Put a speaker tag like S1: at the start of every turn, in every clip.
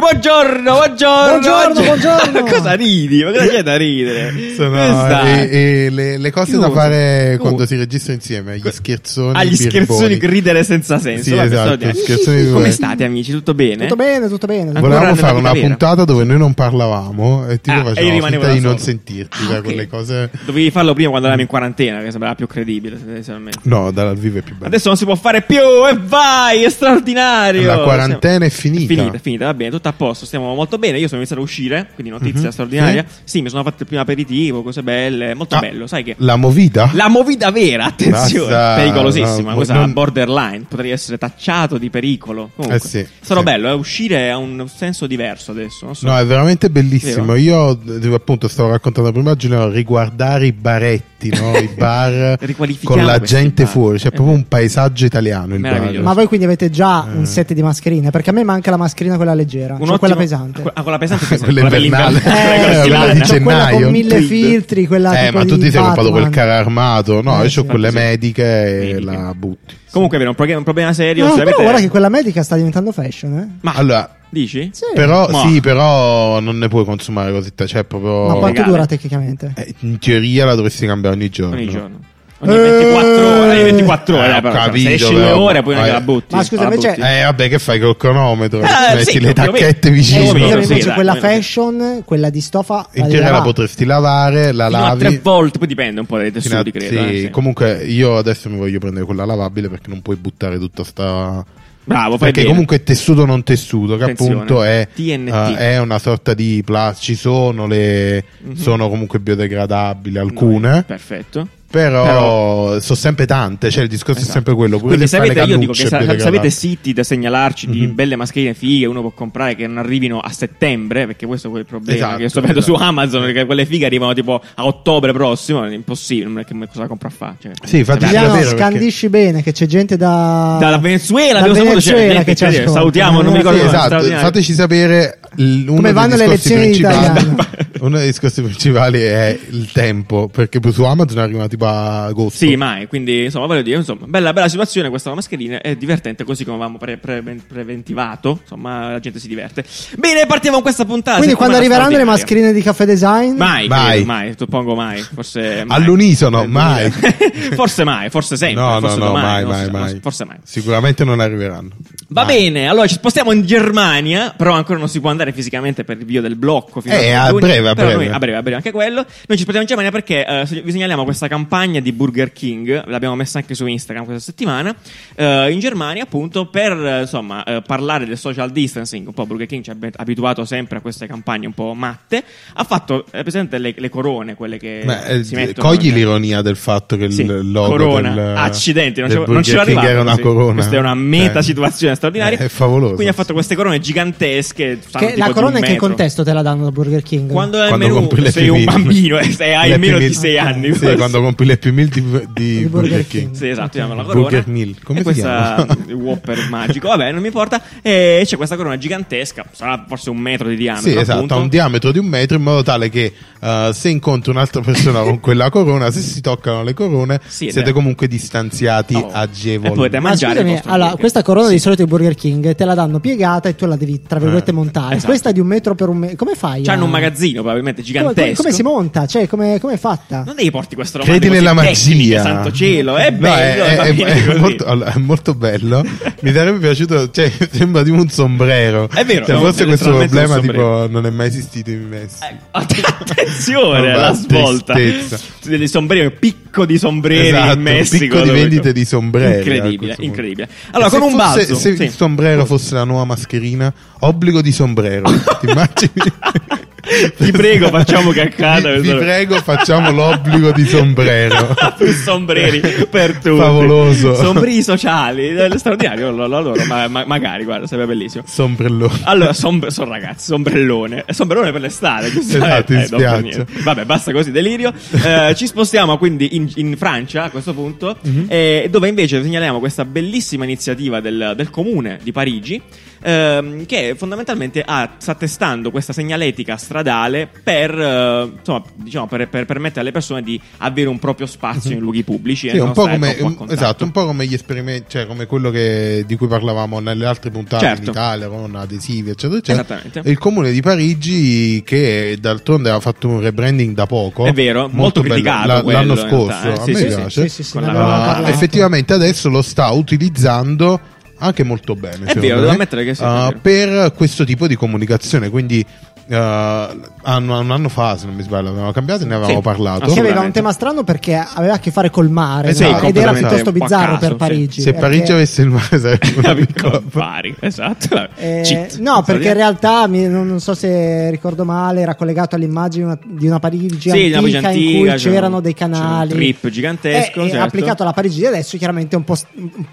S1: Buongiorno, buongiorno.
S2: Buongiorno, buongiorno.
S1: Cosa ridi? Ma cosa c'è da ridere?
S3: Sono
S1: Questa-
S3: e, e le, le cose da
S1: Chiuso,
S3: fare
S1: chiuso.
S3: quando si registrano insieme, agli scherzoni.
S1: Agli
S3: i
S1: scherzoni
S3: birboni.
S1: ridere senza senso.
S3: Sì,
S1: Vabbè,
S3: esatto,
S1: soldi-
S3: scherzoni di
S1: Come
S3: voi.
S1: state amici? Tutto bene?
S2: Tutto bene, tutto bene.
S1: Ancora
S3: Volevamo
S1: nella
S3: fare una
S1: primavera.
S3: puntata dove noi non parlavamo e ti
S1: Ah, e io
S3: facevamo
S1: rimanevo
S3: finta di
S1: da
S3: non
S1: solo.
S3: sentirti,
S1: Ah,
S3: cioè,
S1: ok.
S3: quelle cose.
S1: Dovevi farlo prima quando eravamo in quarantena, che sembrava più credibile, tendenzialmente.
S3: No, dal vivo è più bello.
S1: Adesso non si può fare più, e vai, è straordinario.
S3: La quarantena è
S1: Siamo-
S3: finita.
S1: Finita, finita, va bene, tutto a posto, stiamo molto bene. Io sono iniziato a uscire, quindi notizia
S3: Mhm.
S1: straordinaria. Sì, mi sono fatto il primo aperitivo, cose belle, molto
S3: Ah.
S1: bello, sai che.
S3: La movida?
S1: La movida vera, attenzione,
S3: Basta,
S1: pericolosissima,
S3: no,
S1: cosa
S3: non-
S1: borderline, potrei essere tacciato di pericolo. Comunque,
S3: Eh sì,
S1: sarò
S3: sì.
S1: bello, eh, uscire ha un senso diverso adesso, non so.
S3: No, è veramente bellissimo.
S1: Vero?
S3: Io, d- appunto, stavo raccontando prima a Giuliano, riguardare i baretti, no? i bar
S1: Riqualifichiamo
S3: con la
S1: questi
S3: gente
S1: bar. Eh.
S3: fuori. C'è proprio un paesaggio italiano il
S1: Meraviglioso.
S3: bar.
S2: Ma voi quindi avete già
S3: Eh.
S2: un set di mascherine? Perché a me manca la mascherina quella leggera, cioè
S1: Un ottimo-
S2: quella pesante.
S1: Ah, quella pesante,
S3: Quella
S1: quella
S3: invernale.
S1: dell'inverno.
S2: Eh,
S1: Quella
S3: quella di
S1: stilata.
S2: Cioè, quella
S3: gennaio.
S2: con mille filtri, quella
S3: Eh,
S2: tipo
S3: ma tu
S2: di
S3: ti sei comprato
S2: Batman.
S3: quel carro armato? No,
S2: Eh,
S3: io
S2: sì,
S3: ho quelle
S1: sì.
S3: mediche e
S1: Mediche.
S3: la butti.
S1: Comunque è vero, un problema, un problema serio.
S2: No,
S1: se
S2: però
S1: avete-
S2: guarda che quella medica sta diventando fashion, eh?
S1: Ma
S3: Allora,
S1: dici?
S2: Sì.
S3: però,
S1: Ma-
S3: sì, però non ne puoi consumare così. t- Cioè,
S2: Ma
S3: proprio.
S2: quanto
S1: legale.
S2: dura tecnicamente?
S3: Eh, in teoria la dovresti cambiare ogni giorno.
S1: Ogni giorno. Ogni
S2: Eh.
S1: 24 ore, ogni 24 ore,
S3: Eh,
S1: dai,
S3: ho
S1: però,
S3: capito,
S1: se esci
S3: però.
S1: due ore poi non è che
S3: Eh.
S1: la butti.
S2: Ma cioè, scusa,
S1: La
S2: invece-
S1: butti.
S3: Eh, vabbè, che fai col cronometro?
S1: Eh,
S3: metti
S1: sì,
S3: le
S1: più o meno.
S3: tacchette
S2: Eh,
S3: vicino.
S1: Sì,
S2: scusami,
S1: sì,
S2: invece
S1: dai,
S2: quella
S1: più o meno.
S2: fashion, quella di stofa,
S3: In
S2: la
S3: teoria la
S2: lavate.
S3: potresti lavare, Eh, la
S1: Fino a
S3: lavi.
S1: tre volte, poi dipende un po' dai
S3: fino a-
S1: tessuti, credo.
S3: sì,
S1: eh, sì.
S3: Comunque io adesso mi voglio prendere quella lavabile perché non puoi buttare tutta sta...
S1: Bravo, fai
S3: Perché
S1: bene.
S3: comunque è tessuto non tessuto, che
S1: Attenzione.
S3: appunto è,
S1: TNT.
S3: eh, è una sorta di plastica. Ci sono le...
S1: Mhm.
S3: sono comunque biodegradabili
S1: No,
S3: alcune,
S1: Perfetto.
S3: però,
S1: Però-
S3: sono sempre tante, cioè il discorso
S1: Esatto.
S3: è sempre quello. Pure
S1: Quindi
S3: se fai
S1: sapete,
S3: le
S1: io dico che
S3: cannucce
S1: sa- se
S3: biodegradabili.
S1: avete siti da segnalarci di
S3: Mhm.
S1: belle mascherine fighe, uno può comprare che non arrivino a settembre, perché questo è quel problema
S3: Esatto,
S1: che io sto vedendo
S3: esatto.
S1: su Amazon, perché quelle fighe arrivano tipo a ottobre prossimo, è impossibile, non è che cosa la compra a fare. Cioè,
S3: Sì, infatti
S1: se-
S3: io-
S2: Giuliano,
S3: davvero, perché-
S2: scandisci bene che c'è gente da...
S1: dalla Venezuela,
S2: da
S1: abbiamo saputo, c'è
S2: Venezuela
S1: gente
S2: che ci
S1: incredibile.
S2: ascolta. eh.
S1: salutiamo, non mi ricordo
S3: Sì,
S1: come
S3: esatto,
S1: straordinario.
S3: fateci sapere l- uno
S2: Come
S3: dei
S2: vanno le
S3: discorsi
S2: elezioni
S3: principali.
S2: italiane?
S3: uno dei discorsi principali è il tempo, perché su Amazon arriva tipo a agosto.
S1: Sì, mai. Quindi, insomma, voglio dire, insomma, bella, bella situazione questa mascherina. È divertente così come avevamo pre- pre- preventivato. Insomma, la gente si diverte. Bene, partiamo con questa puntata.
S2: Quindi quando
S1: settimana
S2: arriveranno le
S1: straordinaria.
S2: mascherine di caffè design...
S1: Mai, mai,
S3: Mai.
S1: mai, suppongo mai, forse mai.
S3: All'unisono,
S1: Eh,
S3: mai.
S1: forse mai, forse sempre,
S3: No, no,
S1: forse
S3: no,
S1: domani,
S3: mai,
S1: non
S3: mai,
S1: so,
S3: mai.
S1: forse mai.
S3: Sicuramente non arriveranno.
S1: Va
S3: Mai.
S1: bene, allora ci spostiamo in Germania, però ancora non si può andare fisicamente per via del blocco. fino
S3: Eh,
S1: al
S3: a
S1: 31,
S3: breve, a
S1: però
S3: breve.
S1: noi- a breve, a breve anche quello. Noi ci spostiamo in Germania perché eh, se- vi segnaliamo questa campagna di Burger King, l'abbiamo messa anche su Instagram questa settimana, eh, in Germania appunto per eh, insomma eh, parlare del social distancing, un po' Burger King ci ha ab- abituato sempre a queste campagne un po' matte, ha fatto, eh, presente le, le corone, quelle che
S3: Ma, eh,
S1: si mettono.
S3: cogli l'ironia del fatto che il
S1: Sì,
S3: logo
S1: corona,
S3: del,
S1: accidenti, non,
S3: del
S1: ci- non ci
S3: Burger
S1: era
S3: King
S1: arrivato.
S3: era una
S1: sì.
S3: corona.
S1: Questa è una meta
S3: Eh.
S1: situazione straordinaria.
S3: Eh, È favoloso.
S1: Quindi ha fatto queste corone gigantesche. sanno
S2: Che
S1: tipo
S2: la
S1: di
S2: corona
S1: un
S2: in che
S1: metro.
S2: contesto te la danno da Burger King?
S1: Quando è
S3: Quando
S1: menù
S3: compri le
S1: sei un
S3: prime-
S1: bambino e sei- hai
S3: Le
S1: meno
S3: prime-
S1: di 6 anni.
S3: Sì,
S1: forse.
S3: quando compri le più mil di, di
S2: Di Burger
S3: Burger
S2: King.
S3: King.
S1: Sì, esatto, si chiama la corona.
S3: Burger Meal. Come
S1: e
S3: si
S1: questa
S3: chiama?
S1: Whopper magico, vabbè, non mi importa. E c'è questa corona gigantesca, sarà forse un metro di diametro.
S3: Sì, esatto,
S1: appunto.
S3: ha un diametro di un metro in modo tale che eh, se incontri un'altra persona con quella corona, se si toccano le corone,
S1: Sì, ed
S3: siete
S1: è-
S3: comunque distanziati
S1: Oh.
S3: agevoli.
S1: E potete
S2: Ma
S1: mangiare. il
S2: Ah, scusami,
S1: vostro
S2: allora,
S1: burger.
S2: questa corona di solito i Burger King te la danno piegata e tu la devi, tra virgolette,
S3: Eh,
S2: montare.
S1: esatto.
S2: Questa è di un metro per un metro. Come fai?
S1: C'hanno
S2: a-
S1: un magazzino probabilmente
S2: Come,
S1: gigantesco.
S2: come- come si monta? Cioè, come, come è fatta?
S1: Non devi porti questo romanzo.
S3: Credi nella magia.
S1: Santo cielo, è
S3: No,
S1: bello.
S3: è-
S1: va
S3: è-
S1: bene
S3: è- è
S1: così.
S3: molto, allora, è molto bello. Mi sarebbe piaciuto, cioè, sembra tipo un sombrero.
S1: È vero,
S3: Cioè,
S1: no,
S3: forse
S1: è
S3: questo
S1: letteralmente un
S3: problema
S1: sombrero.
S3: tipo, non è mai esistito in Messico.
S1: Ecco, Attenzione,
S3: Vabbè,
S1: la svolta.
S3: tristezza.
S1: Degli sombreri, picco di sombreri
S3: Esatto,
S1: in Messico.
S3: picco di
S1: dove-
S3: vendite di sombreri, eh, a
S1: Incredibile,
S3: questo punto. Eh,
S1: incredibile. Allora,
S3: Se
S1: con un
S3: fosse-
S1: balzo.
S3: Se
S1: sì.
S3: il sombrero fosse la nuova mascherina, obbligo di sombrero. Ti immagini?
S1: Ti prego, facciamo che accada.
S3: Vi, vi
S1: questo-
S3: prego, facciamo l'obbligo di sombrero.
S1: Più sombreri per tutti.
S3: Favoloso.
S1: Sombreri sociali. eh, Straordinario, lo- lo- loro, ma, ma- magari, guarda, sarebbe bellissimo.
S3: Sombrellone.
S1: Allora, som- son ragazzi, sombrellone. Eh, Sombrellone per l'estate,
S3: Esatto,
S1: giustamente.
S3: in
S1: Eh, dopo
S3: spiaggia.
S1: niente. Vabbè, basta così, delirio. Eh, ci spostiamo quindi in, in Francia a questo punto,
S3: Mhm.
S1: eh, dove invece segnaliamo questa bellissima iniziativa del, del comune di Parigi, ehm, che fondamentalmente ha- sta testando questa segnaletica stradale per, eh, insomma, diciamo, per- per permettere alle persone di avere un proprio spazio in luoghi pubblici.
S3: Mhm. Sì,
S1: e
S3: un
S1: non
S3: po'
S1: stare
S3: come,
S1: troppo a
S3: un-
S1: contatto.
S3: esatto, un po' come gli esperimenti, cioè come quello che- di cui parlavamo nelle altre puntate in
S1: Certo.
S3: Italia con adesivi, eccetera, eccetera.
S1: Esattamente.
S3: E Il comune di Parigi, che d'altronde ha fatto un rebranding da poco,
S1: È vero, molto
S3: bello,
S1: criticato
S3: la-
S1: quello,
S3: l'anno
S1: in realtà,
S3: scorso.
S1: eh,
S3: a
S1: sì,
S3: me
S1: sì,
S3: piace.
S2: Sì, sì, sì,
S1: Con
S2: ne
S1: la-
S2: avevamo
S1: Ah,
S3: Ma
S2: parlato.
S3: effettivamente adesso lo sta utilizzando anche molto bene.
S1: È
S3: secondo
S1: vero,
S3: me,
S1: devo ammettere che sì, è
S3: eh,
S1: vero.
S3: per questo tipo di comunicazione, quindi eh, hanno- un anno fa, se non mi sbaglio, avevamo cambiato e ne avevamo
S1: Sì,
S3: parlato.
S2: Che aveva un
S1: Assolutamente.
S2: tema strano perché aveva a che fare col mare
S3: Esatto,
S2: no? ed era
S3: completamente
S2: piuttosto
S1: un po' Eh a
S2: bizzarro
S1: caso,
S2: per
S1: sì.
S2: Parigi.
S3: Se Parigi
S2: perché-
S3: avesse il mare sarebbe una piccola-
S1: Pari, esatto.
S2: Eh,
S1: Cheat.
S2: no, perché in
S1: Sì,
S2: realtà mi- non, non so se ricordo male, era collegato all'immagine una- di una Parigi
S1: Sì, una
S2: antica,
S1: Parigi
S2: in cui
S1: antica, c'era
S2: c'erano
S1: un-
S2: dei canali.
S1: c'era un trip gigantesco,
S2: E- e
S1: certo.
S2: applicato alla Parigi di adesso, chiaramente un po' st-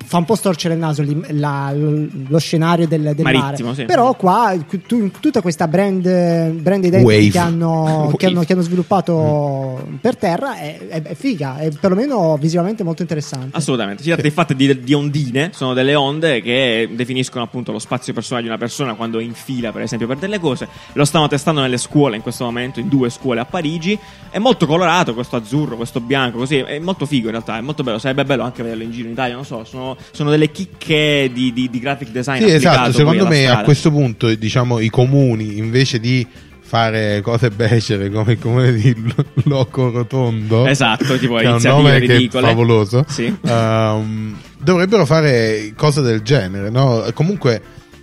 S2: fa un po' storcere il naso lì- la- lo scenario del, del
S1: Marittimo,
S2: mare.
S1: sì.
S2: Però qua tu- tutta questa brand, brand identity
S3: Wave.
S2: che hanno,
S1: Wave.
S2: che hanno- che hanno sviluppato per terra è, è- è figa, è perlomeno visivamente molto interessante.
S1: Assolutamente, si tratta infatti di, di ondine, sono delle onde che definiscono appunto lo spazio personale di una persona quando è in fila per esempio per delle cose, lo stanno testando nelle scuole in questo momento, in due scuole a Parigi, è molto colorato questo azzurro, questo bianco, così, è molto figo in realtà, è molto bello, sarebbe bello anche vederlo in giro in Italia, non so, sono, sono delle chicche di, di- di graphic design.
S3: Sì,
S1: applicato
S3: esatto,
S1: Ah, poi
S3: secondo
S1: alla
S3: me a
S1: strada.
S3: questo punto diciamo i comuni invece di fare cose becere come il comune di L- Loco Rotondo
S1: Esatto, tipo
S3: che è un
S1: iniziative
S3: nome che è
S1: ridicole.
S3: favoloso
S1: Sì.
S3: ehm, dovrebbero fare cose del genere no? comunque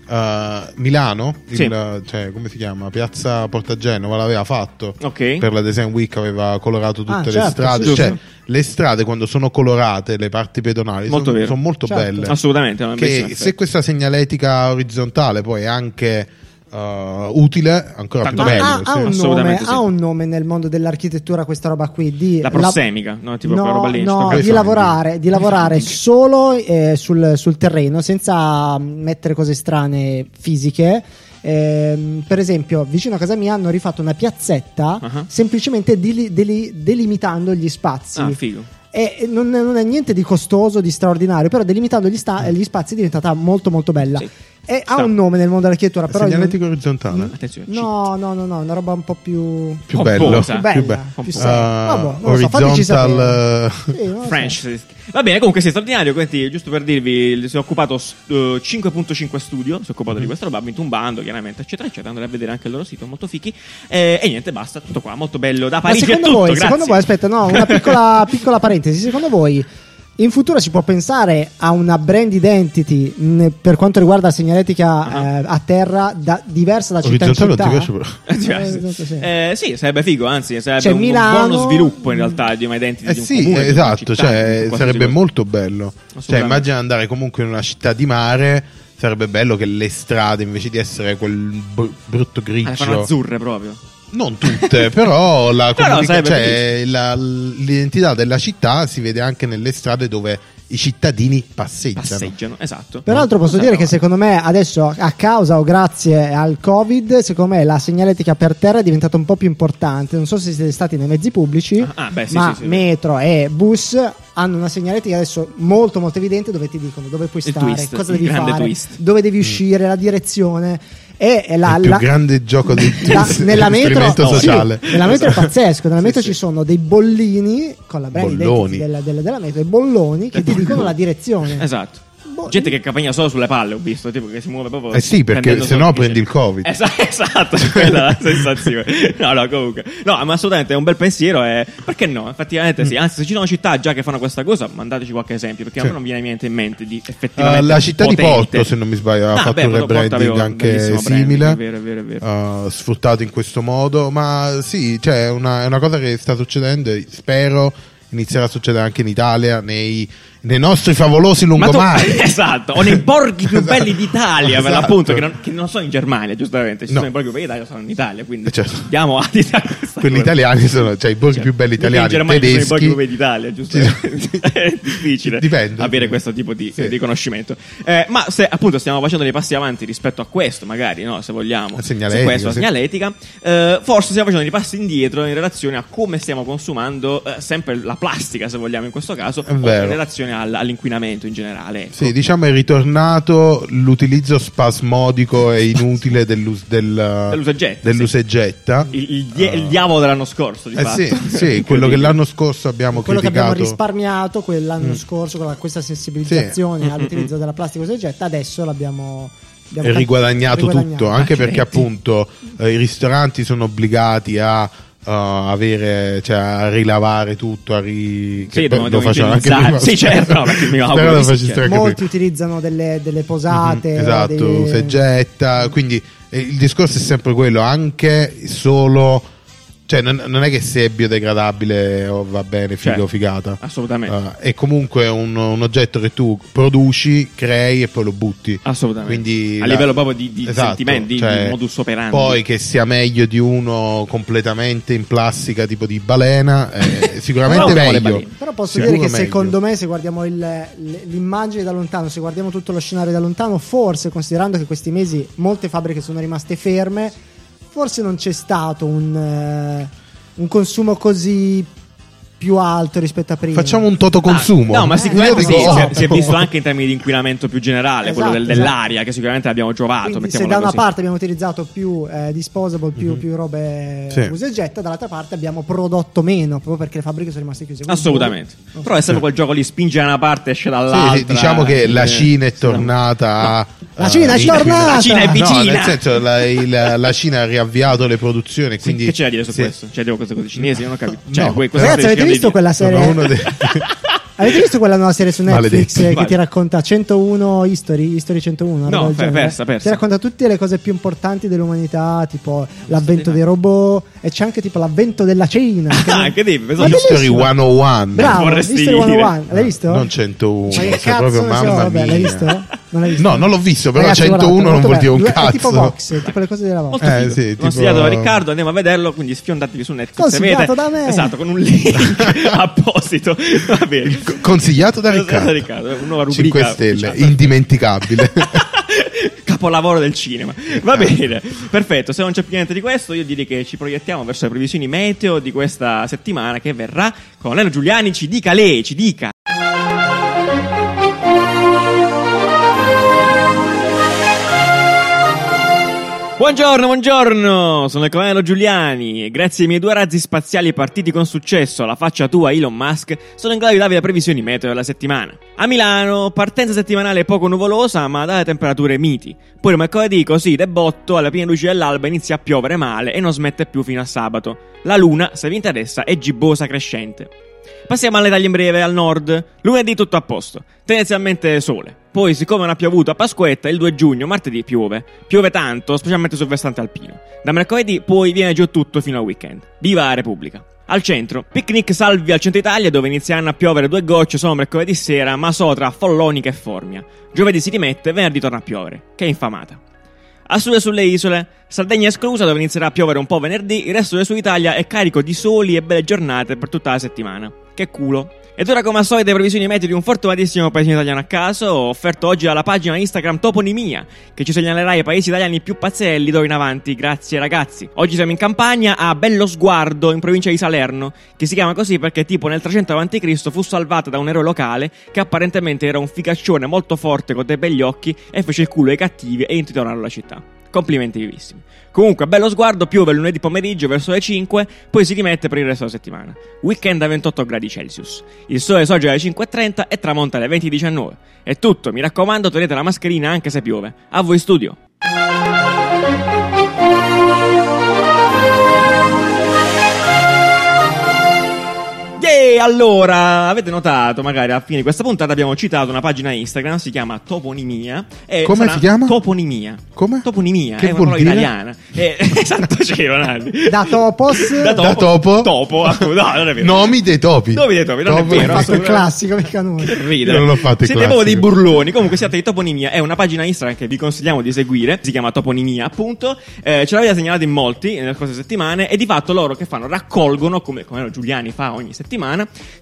S3: eh, Milano il-
S1: Sì.
S3: cioè, come si chiama Piazza Porta Genova l'aveva fatto
S1: Ok.
S3: per la Design Week aveva colorato tutte
S2: Ah,
S3: le
S2: certo,
S3: strade
S1: sì,
S3: cioè
S1: sì.
S3: le strade quando sono colorate le parti pedonali
S1: Molto
S3: sono,
S1: vero.
S3: sono molto
S2: Certo.
S3: belle
S1: Assolutamente, è una bellissima
S3: che se
S1: effetto.
S3: questa segnaletica orizzontale poi è anche eh, utile, ancora
S1: Tanto
S2: Ma
S3: più bello.
S2: ha, ha
S3: sì.
S2: un nome,
S1: Assolutamente sì.
S2: ha un nome nel mondo dell'architettura questa roba qui di
S1: La prossemica, no? Tipo
S2: no,
S1: quella roba lì, cioè,
S2: no,
S1: sto
S3: Questo
S2: di
S3: è
S2: lavorare, di lavorare solo eh, sul, sul terreno senza mettere cose strane fisiche Ehm, per esempio vicino a casa mia hanno rifatto una piazzetta
S1: Ah.
S2: semplicemente dili- deli- delimitando gli spazi
S1: Ah, figo.
S2: E e non, non è niente di costoso, di straordinario, però delimitando gli, sta- gli spazi è diventata molto molto bella.
S1: Ah. Sì.
S2: E ha
S1: Sta-
S2: un nome nel mondo dell'architettura, però... Mm.
S3: Segnaletica
S2: non-
S3: orizzontale.
S1: Mm, Attenzione.
S2: No, no, no, no, una roba un po' più...
S3: Più
S1: Pomposa.
S3: bello.
S1: Più
S3: più
S2: bella,
S3: be-
S2: più
S1: Pomposa.
S2: seria.
S3: Ah,
S2: Vabbè, Boh, non lo so, fateci
S3: horizontal, eh,
S2: sapere. Sì, non lo so.
S1: French. Va bene, comunque sì, straordinario. Quindi, giusto per dirvi, si è occupato eh, 5.5 Studio, si è occupato
S2: Mhm.
S1: di questa roba, intumbando chiaramente, eccetera, eccetera. Andrei a vedere anche il loro sito, molto fichi. Eh, e niente, basta, tutto qua, molto bello. Da
S2: Ma
S1: Parigi è
S2: secondo
S1: tutto,
S2: voi,
S1: grazie.
S2: secondo voi, aspetta, no, una piccola, piccola parentesi. Secondo voi in futuro si può pensare a una brand identity mh, per quanto riguarda la segnaletica
S1: Ah.
S2: eh, a terra da- diversa da città in
S3: Orizzontale non ti piace
S2: città?
S3: però.
S1: Diverso.
S2: Eh, esatto, sì.
S1: Eh, sì, sarebbe figo, anzi, sarebbe
S2: Cioè,
S1: un, un
S2: Milano-
S1: buono sviluppo in realtà di una identity
S3: Eh
S1: di un
S3: sì,
S1: comune, di una
S3: esatto,
S1: città, di
S3: cioè,
S1: un qualsiasi
S3: sarebbe
S1: cosa.
S3: molto bello. Cioè,
S1: Assolutamente.
S3: immagina andare comunque in una città di mare, sarebbe bello che le strade invece di essere quel br- brutto
S1: Ah, le fanno
S3: grigio
S1: azzurre proprio.
S3: Non tutte, però, la
S1: Però
S3: comunica-
S1: sarebbe
S3: cioè, la- l'identità della città si vede anche nelle strade dove i cittadini passeggiano.
S1: Passeggiano, esatto.
S2: Peraltro posso
S1: Cosa
S2: dire che
S1: no?
S2: secondo me adesso a causa o grazie al Covid, secondo me la segnaletica per terra è diventata un po' più importante. Non so se siete stati nei mezzi pubblici,
S1: Ah, beh, sì,
S2: ma
S1: sì, sì.
S2: metro e bus hanno una segnaletica adesso molto molto evidente dove ti dicono dove puoi
S1: Il
S2: stare,
S1: twist,
S2: cosa
S1: il
S2: devi
S1: grande
S2: fare,
S1: twist. Mm.
S2: dove devi uscire, la direzione e e la,
S3: il più
S2: la-
S3: grande gioco di
S2: la- nella
S3: esperimento
S2: metro, sì,
S3: sociale. Esatto.
S2: nella metro è pazzesco. Nella
S3: Sì,
S2: metro
S3: sì.
S2: ci sono dei bollini con la brand
S3: Bolloni.
S2: identity della, della- della metro, dei bolloni che
S1: Dei
S2: ti dicono
S1: bolloni.
S2: la direzione.
S1: Esatto.
S2: Boh,
S1: Gente che campagna solo sulle palle, ho visto, tipo che si muove proprio.
S3: Eh sì, perché
S1: prendendo
S3: se
S1: solo-
S3: no prendi il Covid.
S1: Esa- esatto, quella è la sensazione. No, no, comunque. No, ma assolutamente è un bel pensiero. E... Perché no? Effettivamente sì. Anzi, se ci sono città già che fanno questa cosa, mandateci qualche esempio, perché a me
S3: Mm. Sì.
S1: non viene niente in mente di
S3: Eh,
S1: effettivamente.
S3: la città di
S1: potente.
S3: Porto, se non mi sbaglio, ha
S1: Ah,
S3: fatto
S1: beh,
S3: un
S1: Porto- Porto
S3: rebranding
S1: aveva un
S3: anche
S1: bellissimo branding,
S3: simile,
S1: è vero, è vero, è vero.
S3: eh, sfruttato in questo modo. Ma sì, cioè, è, una, è una cosa che sta succedendo e spero inizierà a succedere anche in Italia, nei, nei nostri favolosi
S1: Ma tu-
S3: lungomari.
S1: esatto, o nei borghi più
S3: Esatto.
S1: belli d'Italia, per
S3: Esatto.
S1: l'appunto, che non, che non sono in Germania, giustamente. Ci
S3: No.
S1: sono i borghi più belli d'Italia, sono in Italia, quindi
S3: Eh, certo.
S1: diamo adito a questa
S3: Quelli
S1: cosa.
S3: italiani sono, cioè i borghi
S1: Cioè,
S3: più belli
S1: mica in
S3: italiani,
S1: Germania ci sono i borghi
S3: tedeschi.
S1: più belli d'Italia, giusto? è difficile
S3: Dipende.
S1: avere questo tipo di
S3: Sì.
S1: riconoscimento. Eh, ma se appunto stiamo facendo dei passi avanti rispetto a questo, magari, no? se vogliamo,
S3: La segnaletica,
S1: su questo, la
S3: sì.
S1: segnaletica, eh, forse stiamo facendo dei passi indietro in relazione a come stiamo consumando eh, sempre la plastica, se vogliamo in questo caso,
S3: È
S1: o in
S3: vero.
S1: relazione attenzione al- all'inquinamento in generale. ecco.
S3: Sì, diciamo è ritornato l'utilizzo spasmodico e inutile dell'us- del,
S1: Dell'usaggetta,
S3: dell'usaggetta.
S1: Il, il die- il diavolo dell'anno scorso, di
S3: Ah. Eh
S1: fatto.
S3: sì, sì, quello che l'anno scorso abbiamo
S2: quello che abbiamo
S3: criticato. Mm.
S2: risparmiato quell'anno scorso con la- questa sensibilizzazione
S1: Sì.
S2: all'utilizzo della plastica usegetta adesso l'abbiamo abbiamo
S3: e
S2: cap-
S3: riguadagnato tutto, anche perché
S1: accidenti.
S3: appunto eh, i ristoranti sono obbligati a eh, avere, cioè a rilavare tutto, a ri...
S1: Sì,
S3: che
S1: devono-
S3: poi
S1: devono
S3: facciano
S1: igienizzare. Sì,
S3: spero-
S1: certo, no, perché mi auguro
S3: spero lo
S1: che si
S3: facessero
S1: chieda.
S3: anche qui.
S2: molti utilizzano delle, delle posate
S3: esatto,
S2: dei-
S3: usa e getta, quindi eh, il discorso è sempre quello, anche solo, cioè non, non è che se è biodegradabile o va bene, figo
S1: Certo,
S3: figata.
S1: Assolutamente.
S3: Eh, è comunque un, un oggetto che tu produci, crei e poi lo butti.
S1: Assolutamente.
S3: Quindi
S1: a
S3: la-
S1: livello proprio di, di
S3: Esatto,
S1: sentimenti,
S3: cioè,
S1: di modus operandi.
S3: Poi che sia meglio di uno completamente in plastica, tipo di balena, è sicuramente
S1: Però abbiamo le
S3: meglio.
S1: balene.
S2: Però posso
S3: Sicuro
S2: dire che
S3: meglio.
S2: secondo me se guardiamo il- l- l'immagine da lontano, se guardiamo tutto lo scenario da lontano, forse considerando che questi mesi molte fabbriche sono rimaste ferme, forse non c'è stato un, eh, un consumo così più alto rispetto a prima.
S3: Facciamo un totoconsumo.
S1: Ah, no, ma
S2: Eh,
S1: sicuramente
S2: io
S1: sì,
S2: dico-
S1: si, è, si è visto anche in termini di inquinamento più generale,
S2: Esatto,
S1: quello del-
S2: esatto.
S1: dell'aria, che sicuramente abbiamo giovato.
S2: Quindi se
S1: mettiamola
S2: da una
S1: così. Mhm.
S2: parte abbiamo utilizzato più eh, disposable, più, più robe eh,
S3: Sì.
S2: usa e getta, dall'altra parte abbiamo prodotto meno, proprio perché le fabbriche sono rimaste chiuse. Quindi
S1: Assolutamente.
S2: non so.
S1: Però è sempre quel gioco lì, spinge da una parte e esce
S3: Sì,
S1: dall'altra.
S3: sì, diciamo che la
S1: Eh,
S3: Cina è
S1: sì, no.
S3: tornata a-
S2: La Cina è
S3: eh,
S2: tornata!
S1: La Cina è
S3: No,
S1: vicina.
S3: nel senso la, il- la Cina ha riavviato le produzioni,
S1: Sì,
S3: quindi
S1: che c'è da dire su
S3: sì.
S1: questo? Cioè, devo cose cose cinesi, io non ho capito. Cioè,
S3: No.
S1: que- cosa
S2: Ragazzi,
S1: avete
S2: avete visto
S1: deciso di
S2: quella
S3: Sono
S2: serie?
S3: uno dei-
S2: Avete visto quella nuova serie su Netflix
S3: Maledetti.
S2: eh, che
S1: Quale?
S2: ti racconta 101 History, History 101? una
S1: No,
S2: roba del
S1: per-
S2: genere?
S1: persa, persa.
S2: Ti racconta tutte le cose più importanti dell'umanità, tipo l'avvento
S1: sì.
S2: dei robot e c'è anche tipo l'avvento della Cina. che
S1: Ah,
S2: non-
S1: che devi?
S2: Ma
S1: Pensavo
S2: dove-
S3: History
S2: bellissimo.
S3: 101.
S2: Bravo,
S1: vorresti
S2: History
S1: dire?
S2: 101, l'hai visto?
S3: Non 101,
S2: Ma che
S3: cioè,
S2: cazzo
S3: proprio
S2: ne so,
S3: mamma
S2: vabbè,
S3: mia.
S2: l'hai visto? Non l'hai visto?
S3: No, non l'ho visto, però
S2: Ragazzi,
S3: 101
S2: guardate,
S3: non vuol dire un
S2: molto bello. Due-
S3: cazzo.
S2: È tipo box, è tipo le cose della box.
S1: Molto
S3: Eh,
S1: figo.
S3: sì,
S1: L'ho
S3: tipo-
S1: consigliato a Riccardo, andiamo a vederlo, quindi sfiondatevi su Netflix. se
S2: Consigliato
S1: avete-
S2: da me.
S1: Esatto, con un link apposito. Va bene.
S3: Co- Consigliato da Riccardo.
S1: Riccardo, una nuova rubrica.
S3: 5 stelle,
S1: Esatto.
S3: indimenticabile.
S1: Capolavoro del cinema. Va
S3: Esatto.
S1: bene, perfetto. Se non c'è più niente di questo, io direi che ci proiettiamo verso le previsioni meteo di questa settimana che verrà con Leno Giuliani. Ci dica lei, ci dica. Buongiorno, buongiorno, sono il colonnello Giuliani e grazie ai miei due razzi spaziali partiti con successo alla faccia tua Elon Musk sono in grado di darvi le previsioni meteo della settimana. A Milano, partenza settimanale poco nuvolosa ma dalle temperature miti. Poi mercoledì così, de botto, alla prima luce dell'alba inizia a piovere male e non smette più fino a sabato. La luna, se vi interessa, è gibbosa crescente. Passiamo alle taglie in breve al nord. Lunedì tutto a posto, tendenzialmente sole. Poi, siccome non ha piovuto a Pasquetta, il 2 giugno, martedì piove. Piove tanto, specialmente sul versante alpino. Da mercoledì poi viene giù tutto fino al weekend. Viva la Repubblica! Al centro, picnic salvi al centro Italia dove inizieranno a piovere due gocce solo mercoledì sera, ma solo tra Follonica e Formia. Giovedì si dimette, venerdì torna a piovere. Che infamata. A sud e sulle isole, Sardegna esclusa dove inizierà a piovere un po' venerdì, il resto del sud Italia è carico di soli e belle giornate per tutta la settimana. Che culo. Ed ora come al solito previsioni meteo di un fortunatissimo paese italiano a caso, offerto oggi dalla pagina Instagram Toponimia, che ci segnalerà i paesi italiani più pazzerelli d'ora in avanti, grazie ragazzi. Oggi siamo in campagna a Bello Sguardo, in provincia di Salerno, che si chiama così perché tipo nel 300 a.C. fu salvata da un eroe locale che apparentemente era un figaccione molto forte con dei begli occhi e fece il culo ai cattivi e intitolarono la città. Complimenti vivissimi. Comunque, bello sguardo, piove lunedì pomeriggio verso le 5, poi si dimette per il resto della settimana. Weekend a 28 gradi Celsius. Il sole sorge alle 5.30 e tramonta alle 20.19. È tutto, mi raccomando, tenete la mascherina anche se piove. A voi studio. Yeah, allora, avete notato magari alla fine di questa puntata abbiamo citato una pagina Instagram, si chiama Toponimia. e
S3: Come
S1: sarà
S3: si chiama?
S1: Toponimia.
S3: Come?
S1: Toponimia,
S3: Che
S1: è una
S3: vuol
S1: parola
S3: dire?
S1: italiana. Eh, esatto, c'era Nani.
S2: Da topos,
S1: Da topo.
S3: Da topo?
S1: Topo, appunto, no, non è vero.
S3: Nomi dei topi.
S1: Nomi dei topi, non è vero,
S2: ha fatto il
S1: assolutamente.
S2: classico, mica noi.
S1: Che ridere.
S3: Io non l'ho fatto il
S1: Siete proprio dei
S3: classico.
S1: burloni. Comunque siate di Toponimia. È una pagina Instagram che vi consigliamo di seguire. Si chiama Toponimia, appunto. Eh, ce l'avete segnalato in molti eh, nelle scorse settimane. E di fatto loro che fanno? Raccolgono, come, come Giuliani fa ogni settimana,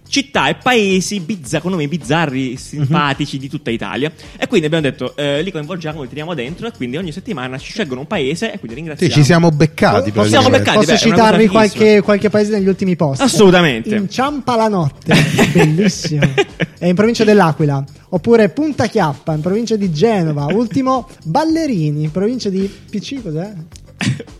S1: città e paesi bizza- con nomi
S3: Mhm.
S1: bizzarri, simpatici di tutta Italia. E quindi abbiamo detto, eh, li coinvolgiamo, li tiriamo dentro. E quindi ogni settimana ci scelgono un paese. E quindi
S3: Sì,
S1: ringraziamo.
S3: ci siamo beccati.
S1: Possiamo
S3: praticamente.
S1: beccati,
S2: Posso
S1: beh, è una
S2: citarvi
S1: cosa fighissima.
S2: qualche, qualche paese negli ultimi posti?
S1: Assolutamente.
S2: Inciampa la notte, bellissimo. eh, in provincia dell'Aquila, oppure Punta Chiappa in provincia di Genova, ultimo Ballerini in provincia di PC, cos'è?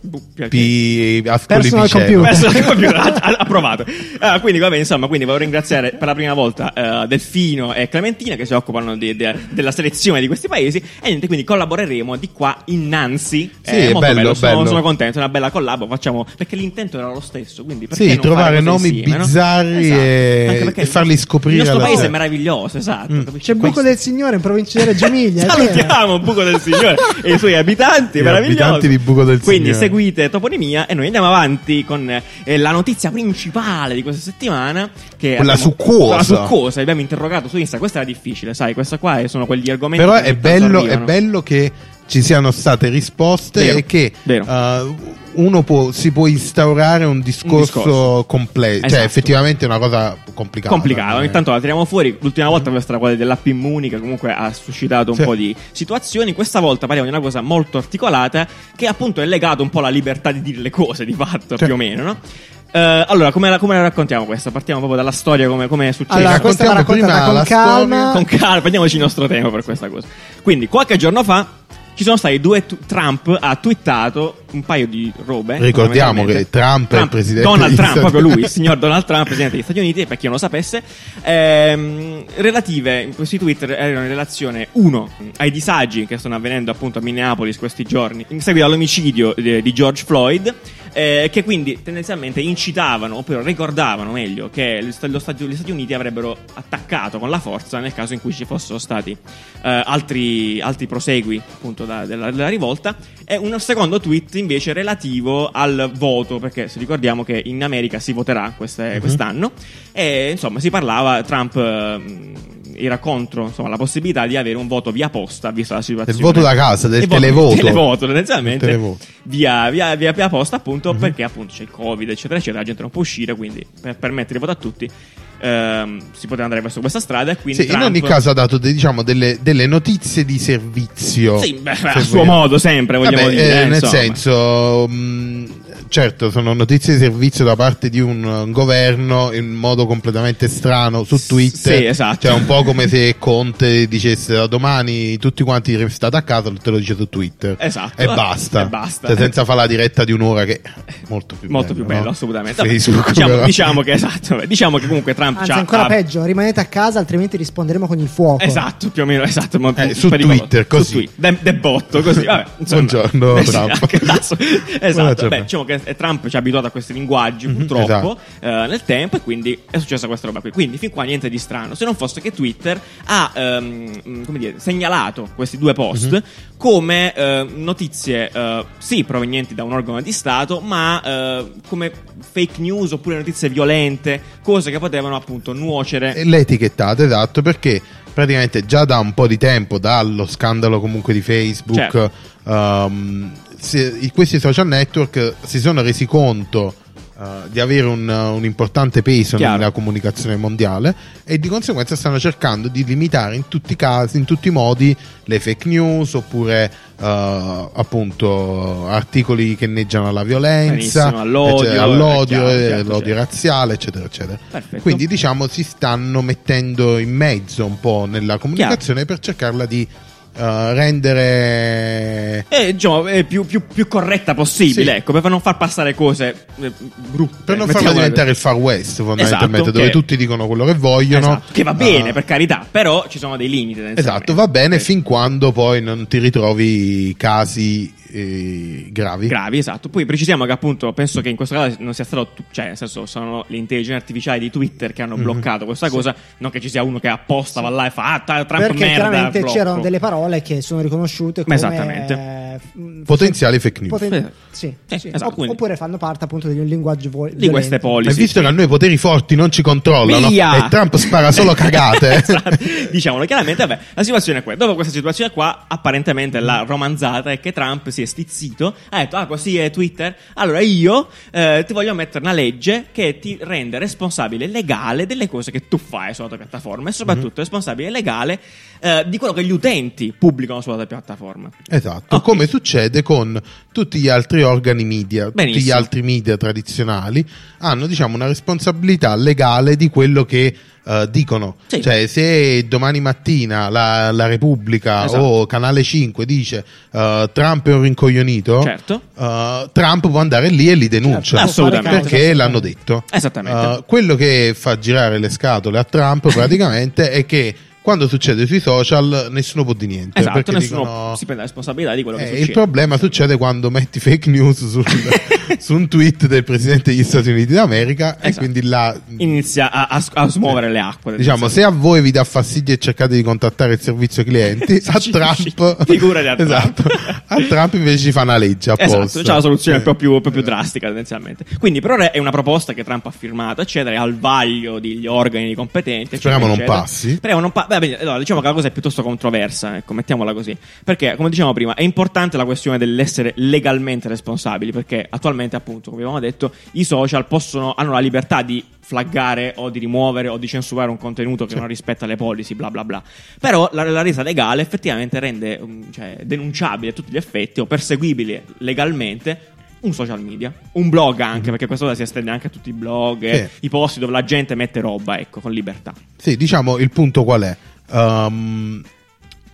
S1: Bu-
S3: Pi- Ascoli
S2: Personal
S3: Piceno.
S2: computer.
S1: Questo è proprio ha- ha- approvato. Ah, quindi, vabbè, insomma, quindi voglio ringraziare per la prima volta eh, Delfino e Clementina che si occupano di- de- della selezione di questi paesi. E niente, quindi collaboreremo di qua innanzi. Eh,
S3: Sì, è
S1: molto
S3: bello,
S1: Sono,
S3: bello.
S1: sono contento, è una bella collab. Facciamo perché l'intento era lo stesso. Quindi perché
S3: Sì,
S1: non
S3: trovare
S1: fare cose
S3: nomi
S1: insieme, no?
S3: bizzarri
S1: Esatto.
S3: e-
S1: Anche perché
S3: e farli scoprire
S1: Il nostro
S3: alla Mm.
S1: paese è
S3: sera.
S1: meraviglioso, esatto. capisci?
S2: C'è Buco
S1: Questo-
S2: del Signore in provincia di Reggio Emilia. è vero.
S1: Salutiamo cioè, Buco del Signore e i suoi abitanti,
S3: Gli
S1: meravigliosi.
S3: abitanti di Buco del
S1: Quindi
S3: Signore.
S1: seguite Toponimia e noi andiamo avanti con eh, la notizia principale di questa settimana. Che
S3: Quella
S1: abbiamo-
S3: succosa.
S1: La succosa, abbiamo interrogato su Insta. Questa era difficile, sai, questa qua è- sono quegli argomenti.
S3: Però
S1: che
S3: è
S1: ogni tanto
S3: bello, è
S1: arrivano.
S3: bello che ci siano state risposte
S1: Vero,
S3: e che
S1: vero.
S3: eh, uno può- si può instaurare un discorso,
S1: discorso.
S3: complesso,
S1: Esatto.
S3: cioè effettivamente è una cosa complicata.
S1: Complicato, ogni
S3: Eh.
S1: tanto la tiriamo fuori. L'ultima volta questa era quella dell'app Immuni che comunque ha suscitato un
S3: Sì.
S1: po' di situazioni. Questa volta parliamo di una cosa molto articolata che appunto è legata un po' alla libertà di dire le cose, di fatto,
S3: Sì.
S1: più o meno, no? Eh, allora, come la, come la raccontiamo questa? Partiamo proprio dalla storia, come, come è successo.
S2: Allora, questa va
S3: raccontiamo prima
S2: raccontata con
S3: la
S2: calma.
S1: Con calma, prendiamoci il nostro tempo per questa cosa. Quindi, qualche giorno fa ci sono stati due. tu- Trump ha twittato un paio di robe.
S3: Ricordiamo
S1: fondamentalmente.
S3: che Trump è il presidente
S1: Donald
S3: degli
S1: Trump,
S3: Stati-
S1: proprio lui, il signor Donald Trump, presidente degli Stati Uniti, per chi non lo sapesse. Ehm, relative, questi tweet erano in relazione, uno, ai disagi che stanno avvenendo appunto a Minneapolis questi giorni, in seguito all'omicidio eh, di George Floyd. eh, che quindi tendenzialmente incitavano, oppure ricordavano meglio, che lo sta- lo Stati- gli Stati Uniti avrebbero attaccato con la forza nel caso in cui ci fossero stati eh, altri, altri prosegui appunto da- della, della rivolta e un secondo tweet invece relativo al voto perché se ricordiamo che in America si voterà
S3: Mhm.
S1: queste- quest'anno e insomma si parlava Trump eh, mh, era contro insomma, la possibilità di avere un voto via posta vista la situazione
S3: Del voto da casa, del
S1: Il voto-
S3: televoto.
S1: televoto tendenzialmente
S3: Del televoto. Mhm.
S1: via, via, via, via posta appunto perché appunto c'è il covid eccetera eccetera la gente non può uscire quindi per permettere il voto a tutti ehm, si poteva andare verso questa strada e quindi
S3: Sì, in
S1: Trump-
S3: ogni caso ha dato de- diciamo, delle, delle notizie di servizio.
S1: Sì, beh,
S3: Ecco. Se
S1: a suo
S3: vogliamo.
S1: modo sempre vogliamo
S3: Vabbè,
S1: dire
S3: eh,
S1: eh,
S3: nel
S1: insomma.
S3: senso, mh, certo, sono notizie di servizio da parte di un eh, governo in modo completamente strano su Twitter.
S1: sì, esatto.
S3: Cioè, un po' come se Conte dicesse da domani tutti quanti restate a casa, te lo dice su Twitter.
S1: Esatto.
S3: E basta.
S1: E basta.
S3: Cioè, senza fare la diretta di un'ora che è molto più
S1: Molto
S3: bello,
S1: più bello,
S3: no?
S1: assolutamente. Vabbè,
S3: Facebook,
S1: diciamo,
S3: però.
S1: diciamo che esatto, vabbè, diciamo che comunque Trump
S2: Anzi,
S1: c'ha-
S2: ancora
S1: ha-
S2: peggio, rimanete a casa altrimenti risponderemo con il fuoco.
S1: Esatto, più o meno, esatto. ma
S3: Eh,
S1: più
S3: su
S1: pericoloso.
S3: Twitter,
S1: Su
S3: così.
S1: Twi- de, de botto, così. Vabbè, insomma.
S3: Buongiorno,
S1: Eh sì,
S3: Trump.
S1: anche adesso-
S3: Buona
S1: esatto.
S3: giornata.
S1: Beh, diciamo che eh, Trump ci ha abituato a questi linguaggi, purtroppo,
S3: esatto.
S1: eh, nel tempo, e quindi è successa questa roba qui. Quindi, fin qua niente di strano. Se non fosse che Twitter ha, ehm, mh, come dire, segnalato questi due post
S3: Mhm.
S1: come eh, notizie, eh, sì, provenienti da un organo di Stato, ma eh, come fake news oppure notizie violente, cose che potevano appunto nuocere.
S3: E Eh, Le etichettate, esatto, perché praticamente già da un po' di tempo, dallo scandalo comunque di Facebook,
S1: Certo.
S3: ehm, si- i- questi social network si sono resi conto eh, di avere un, un importante peso
S1: Chiaro.
S3: nella comunicazione mondiale e di conseguenza stanno cercando di limitare in tutti i casi, in tutti i modi, le fake news oppure eh, appunto articoli che neggiano alla violenza,
S1: Benissimo, all'odio,
S3: eccetera,
S1: eh,
S3: all'odio,
S1: chiaro,
S3: eh,
S1: certo,
S3: l'odio
S1: certo.
S3: razziale, eccetera, eccetera.
S1: Perfetto.
S3: Quindi diciamo si stanno mettendo in mezzo un po' nella comunicazione per cercarla di eh, rendere
S1: Eh, diciamo, eh, più, più- più corretta possibile,
S3: Sì.
S1: ecco, per non far passare cose eh, brutte.
S3: per
S1: mettiamola-
S3: non farla diventare il far west fondamentalmente
S1: Esatto,
S3: dove
S1: che-
S3: tutti dicono quello che vogliono
S1: Esatto, che va bene,
S3: Ah,
S1: per carità, però ci sono dei limiti. Eh,
S3: esatto va bene
S1: finché
S3: fin quando poi non ti ritrovi casi eh, gravi
S1: gravi, esatto. Poi precisiamo che appunto penso che in questo caso non sia stato, tu- cioè nel senso sono le intelligenze artificiali di Twitter che hanno
S3: Mhm.
S1: bloccato questa cosa, non che ci sia uno che apposta va là e fa ah, ta- Trump
S2: Perché
S1: merda,
S2: chiaramente
S1: blocco.
S2: c'erano delle parole che sono riconosciute come
S1: Esattamente.
S2: eh, f-
S3: Potenziali fake news.
S2: poten-
S1: Sì.
S2: sì,
S1: Sì,
S2: sì.
S1: esatto,
S2: Opp-
S1: quindi-
S2: oppure fanno parte appunto di un linguaggio vo-
S1: di queste
S2: violento.
S1: polisi.
S3: e visto che a noi i poteri forti non ci controllano
S1: Via!
S3: e Trump spara solo cagate
S1: Esatto. Diciamolo chiaramente, vabbè, la situazione è quella. Dopo questa situazione qua, apparentemente la romanzata è che Trump si è stizzito, ha detto, ah così è Twitter, allora io eh, ti voglio mettere una legge che ti
S3: Mhm.
S1: rende responsabile legale delle cose che tu fai sulla tua piattaforma e soprattutto responsabile legale eh, di quello che gli utenti pubblicano sulla piattaforma.
S3: Esatto,
S1: Ah, Ok.
S3: come succede con tutti gli altri organi media, tutti gli
S1: Benissimo.
S3: altri media tradizionali hanno diciamo una responsabilità legale di quello che eh, dicono.
S1: Sì.
S3: Cioè, se domani mattina la, la Repubblica
S1: Esatto.
S3: o Canale 5 dice eh, Trump è un rincoglionito,
S1: Certo.
S3: eh, Trump può andare lì e li denuncia.
S1: Certo, assolutamente.
S3: Perché l'hanno detto.
S1: Esattamente.
S3: Eh, quello che fa girare le scatole a Trump praticamente è che quando succede sui social nessuno può di niente.
S1: esatto,
S3: Eh, perché
S1: nessuno
S3: dicono-
S1: si prende la responsabilità di quello che
S3: Eh,
S1: succede.
S3: il problema succede quando metti fake news sul- su un tweet del presidente degli Stati Uniti d'America e
S1: Esatto.
S3: quindi là
S1: Inizia a, a- a smuovere le acque.
S3: Diciamo, se a voi vi dà fastidio e cercate di contattare il servizio clienti, a
S1: Ci-
S3: Trump,
S1: figurati a Trump.
S3: Esatto. a Trump invece ci fa una legge apposta.
S1: Esatto, c'è la soluzione
S3: Eh.
S1: proprio, proprio drastica tendenzialmente. Quindi per ora è una proposta che Trump ha firmato, eccetera, è al vaglio degli organi competenti. eccetera,
S3: Speriamo non
S1: eccetera.
S3: passi.
S1: Speriamo non pa- beh, beh, allora, diciamo che la cosa è piuttosto controversa, ecco, mettiamola così. Perché, come dicevamo prima, è importante la questione dell'essere legalmente responsabili, perché attualmente, appunto, come abbiamo detto, i social possono, hanno la libertà di flaggare o di rimuovere o di censurare un contenuto che non rispetta le policy, bla bla bla. Però la, la resa legale effettivamente rende um, cioè, denunciabile a tutti gli effetti o perseguibile legalmente un social media, un blog anche, perché questa cosa si estende anche a tutti i blog, eh,
S3: Sì.
S1: i posti dove la gente mette roba, ecco, con libertà.
S3: Sì, diciamo il punto qual è? Ehm,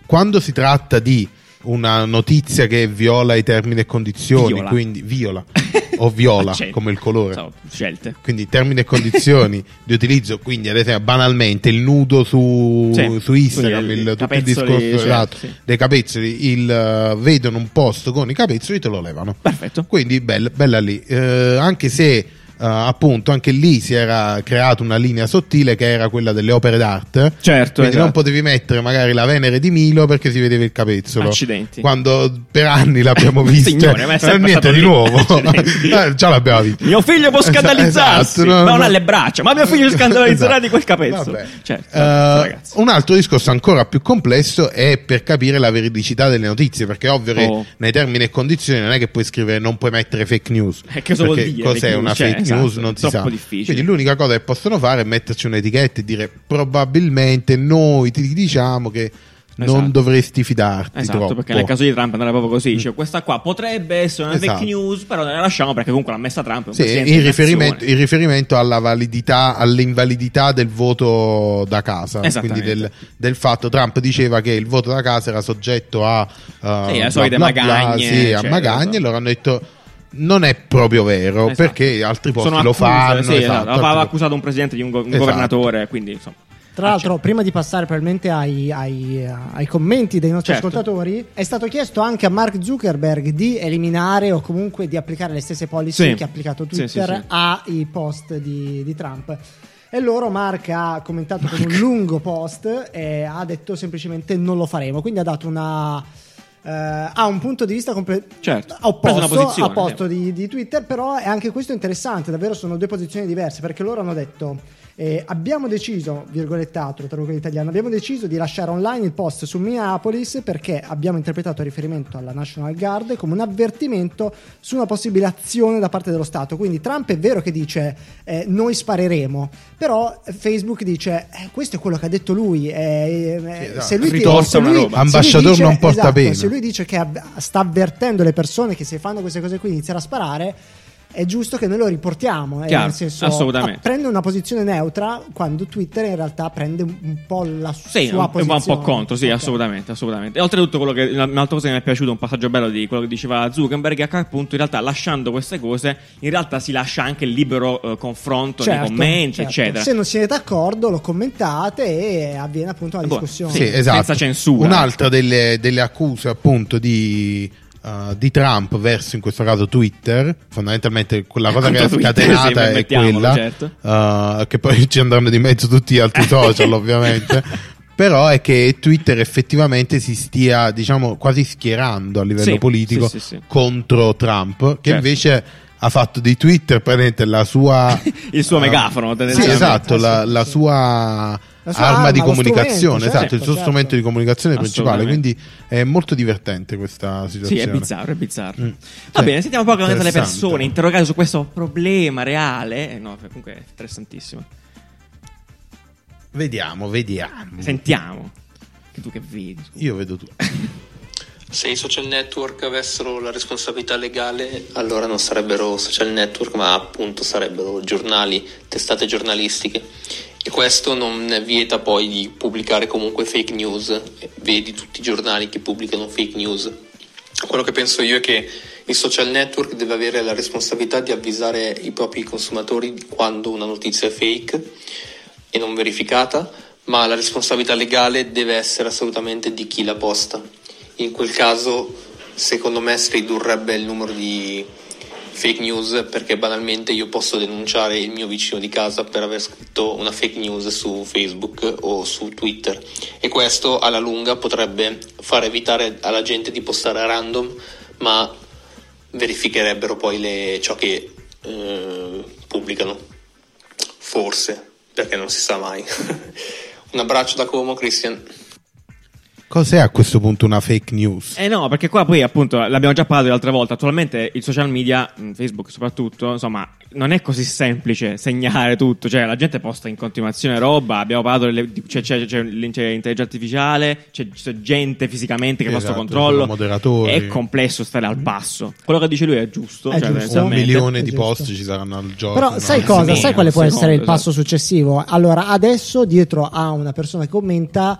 S3: quando si tratta di una notizia che viola i termini e condizioni,
S1: Viola. Cioè,
S3: quindi viola o viola
S1: Accento.
S3: come il colore.
S1: So, scelte.
S3: Quindi termini e condizioni di utilizzo, quindi ad esempio banalmente il nudo su,
S1: Sì,
S3: su Instagram,
S1: quindi
S3: il,
S1: il
S3: tutto il
S1: capezzoli,
S3: discorso
S1: cioè,
S3: esatto,
S1: sì.
S3: dei capezzoli, il, eh, vedono un posto con i capezzoli te lo levano.
S1: Perfetto.
S3: Quindi bella, bella lì. Eh, anche se eh, appunto anche lì si era creata una linea sottile che era quella delle opere d'arte.
S1: Certo,
S3: Quindi non
S1: esatto.
S3: potevi mettere magari la Venere di Milo perché si vedeva il capezzolo.
S1: Accidenti.
S3: Quando per anni l'abbiamo visto. Eh,
S1: Signore, ma è sempre
S3: niente
S1: stato
S3: di
S1: lì.
S3: nuovo.
S1: Accidenti.
S3: Eh, già l'abbiamo visto.
S1: Mio figlio può
S3: Esa-
S1: scandalizzarsi,
S3: esatto, no,
S1: ma non
S3: no.
S1: ha le braccia. Ma mio figlio scandalizzerà
S3: Esatto.
S1: di quel capezzolo.
S3: Vabbè.
S1: Certo,
S3: Eh,
S1: ragazzi.
S3: un altro discorso ancora più complesso è per capire la veridicità delle notizie, perché è
S1: Oh.
S3: ovvio che nei termini e condizioni non è che puoi scrivere non puoi mettere fake news.
S1: Eh, che cosa vuol
S3: perché
S1: dire
S3: Cos'è
S1: fake
S3: una
S1: news? Cioè,
S3: fake news?
S1: esatto,
S3: non
S1: è
S3: si
S1: troppo
S3: sa.
S1: difficile.
S3: Quindi l'unica cosa che possono fare è metterci un'etichetta e dire probabilmente noi ti diciamo che non
S1: Esatto.
S3: dovresti fidarti boh.
S1: Esatto,
S3: troppo.
S1: perché nel caso di Trump andava proprio così. Cioè, questa qua potrebbe essere una
S3: Mm. Esatto.
S1: fake news, però ne la lasciamo perché comunque l'ha messa Trump. è un
S3: Sì,
S1: presidente
S3: in
S1: di
S3: riferimento,
S1: nazione.
S3: in riferimento alla validità, all'invalidità del voto da casa, quindi
S1: Esattamente.
S3: del, del fatto Trump diceva che il voto da casa era soggetto a eh,
S1: Sì, alle solite magagne,
S3: sì, a
S1: eccetera,
S3: magagne,
S1: esatto.
S3: loro hanno detto non è proprio vero
S1: Esatto.
S3: perché altri posti
S1: Sono
S3: lo
S1: accuse,
S3: fanno.
S1: sì, esatto,
S3: esatto,
S1: Aveva
S3: altri-
S1: accusato un presidente di un, go- un
S3: Esatto.
S1: governatore, quindi insomma. Ah,
S2: Tra l'altro, prima di passare probabilmente ai, ai- ai commenti dei nostri
S1: Certo.
S2: ascoltatori, è stato chiesto anche a Mark Zuckerberg di eliminare o comunque di applicare le stesse policy
S1: Sì.
S2: che ha applicato
S1: Sì, sì,
S2: Twitter
S1: sì.
S2: ai post di, di Trump. E loro Mark ha commentato con un lungo post e ha detto semplicemente non lo faremo. Quindi ha dato una. eh, ha un punto di vista comple-
S1: Certo, ha preso
S2: opposto
S1: una posizione,
S2: a posto
S1: sì.
S2: di, di Twitter, però è anche questo interessante, davvero sono due posizioni diverse, perché loro hanno detto eh, abbiamo deciso, virgolettato, tra virgolette italiano, abbiamo deciso di lasciare online il post su Minneapolis perché abbiamo interpretato il riferimento alla National Guard come un avvertimento su una possibile azione da parte dello Stato. Quindi Trump è vero che dice eh, noi spareremo, però Facebook dice eh, questo è quello che ha detto lui, eh, eh,
S3: Sì, esatto.
S2: se lui, ti-
S1: Ritorce
S2: se lui-
S1: una roba.
S2: se lui
S3: Ambasciatore
S2: dice-
S3: non porta
S2: esatto,
S3: pena.
S2: se lui lui dice che ab- sta avvertendo le persone che se fanno queste cose qui iniziano a sparare. È giusto che noi lo riportiamo, eh,
S1: Chiaro,
S2: nel senso,
S1: assolutamente.
S2: ah, prende una posizione neutra quando Twitter in realtà prende un- un po' la su-
S1: Sì,
S2: sua
S1: un, un-
S2: posizione.
S1: un po' contro, sì,
S2: Ok.
S1: assolutamente, assolutamente. E oltretutto, quello che, un'altra cosa che mi è piaciuto, un passaggio bello di quello che diceva Zuckerberg, è che appunto in realtà lasciando queste cose, in realtà si lascia anche il libero eh, confronto nei
S2: Certo,
S1: commenti,
S2: certo.
S1: eccetera.
S2: Se non siete d'accordo, lo commentate e avviene appunto una
S1: Boh,
S2: discussione.
S1: Sì,
S3: Sì, esatto.
S1: senza censura. ecco.
S3: Un'altra delle, delle accuse appunto di, eh, di Trump verso in questo caso Twitter, fondamentalmente quella cosa che
S1: Contro
S3: è
S1: Twitter,
S3: scatenata
S1: sì, beh,
S3: è
S1: mettiamolo,
S3: quella,
S1: certo.
S3: eh, che poi ci andranno di mezzo tutti gli altri social ovviamente. Però è che Twitter effettivamente si stia, diciamo, quasi schierando a livello
S1: Sì,
S3: politico
S1: sì, sì, sì.
S3: contro Trump,
S1: Certo.
S3: che invece ha fatto di Twitter praticamente la sua
S1: Il suo
S3: eh,
S1: megafono,
S3: Sì,
S1: tendenzialmente.
S3: esatto, la,
S2: Sì,
S3: la
S2: sì.
S3: sua,
S2: La sua
S3: arma,
S2: arma,
S3: di
S2: lo
S3: comunicazione,
S2: strumento,
S3: esatto,
S2: certo,
S3: il suo
S2: certo.
S3: strumento di comunicazione principale,
S1: Assolutamente.
S3: quindi è molto divertente questa
S1: Sì,
S3: situazione.
S1: è bizzarro, è bizzarro.
S3: Mm.
S1: Va
S3: Sì,
S1: bene, sentiamo poi cosa le
S3: interessante.
S1: persone interrogate su questo problema reale. Eh, No, comunque è interessantissimo.
S3: Vediamo, vediamo.
S1: Sentiamo. Che tu che vedi? scusa.
S3: Io vedo tutto.
S4: Se i social network avessero la responsabilità legale, allora non sarebbero social network, ma appunto sarebbero giornali, testate giornalistiche. E questo non vieta poi di pubblicare comunque fake news. Vedi tutti i giornali che pubblicano fake news. Quello che penso io è che il social network deve avere la responsabilità di avvisare i propri consumatori di quando una notizia è fake e non verificata, ma la responsabilità legale deve essere assolutamente di chi la posta. In quel caso, secondo me, si ridurrebbe il numero di fake news perché banalmente io posso denunciare il mio vicino di casa per aver scritto una fake news su Facebook o su Twitter e questo alla lunga potrebbe far evitare alla gente di postare a random, ma verificherebbero poi le- ciò che eh, pubblicano. Forse, perché non si sa mai. Un abbraccio da Como, Christian.
S3: Cos'è a questo punto una fake news?
S1: Eh no, perché qua poi appunto l'abbiamo già parlato l'altra volta, attualmente il social media, mh, Facebook soprattutto, insomma, non è così semplice segnare tutto, cioè la gente posta in continuazione roba, abbiamo parlato delle- di- c'è, c'è- c'è l'in- c'è l'intelligenza artificiale, c'è, c'è gente fisicamente che fa sto
S3: Esatto,
S1: controllo,
S3: sono moderatori.
S1: è complesso stare al passo. Quello che dice lui è giusto,
S2: È
S1: cioè,
S2: giusto.
S3: Un
S1: tendenzialmente.
S3: milione di
S2: Giusto.
S3: post ci saranno al giorno.
S2: Esatto. Però sai
S1: no,
S2: cosa?
S1: sì,
S2: sai quale
S1: no,
S2: può
S1: sì,
S2: essere il
S1: esatto.
S2: passo successivo? Allora, adesso dietro a una persona che commenta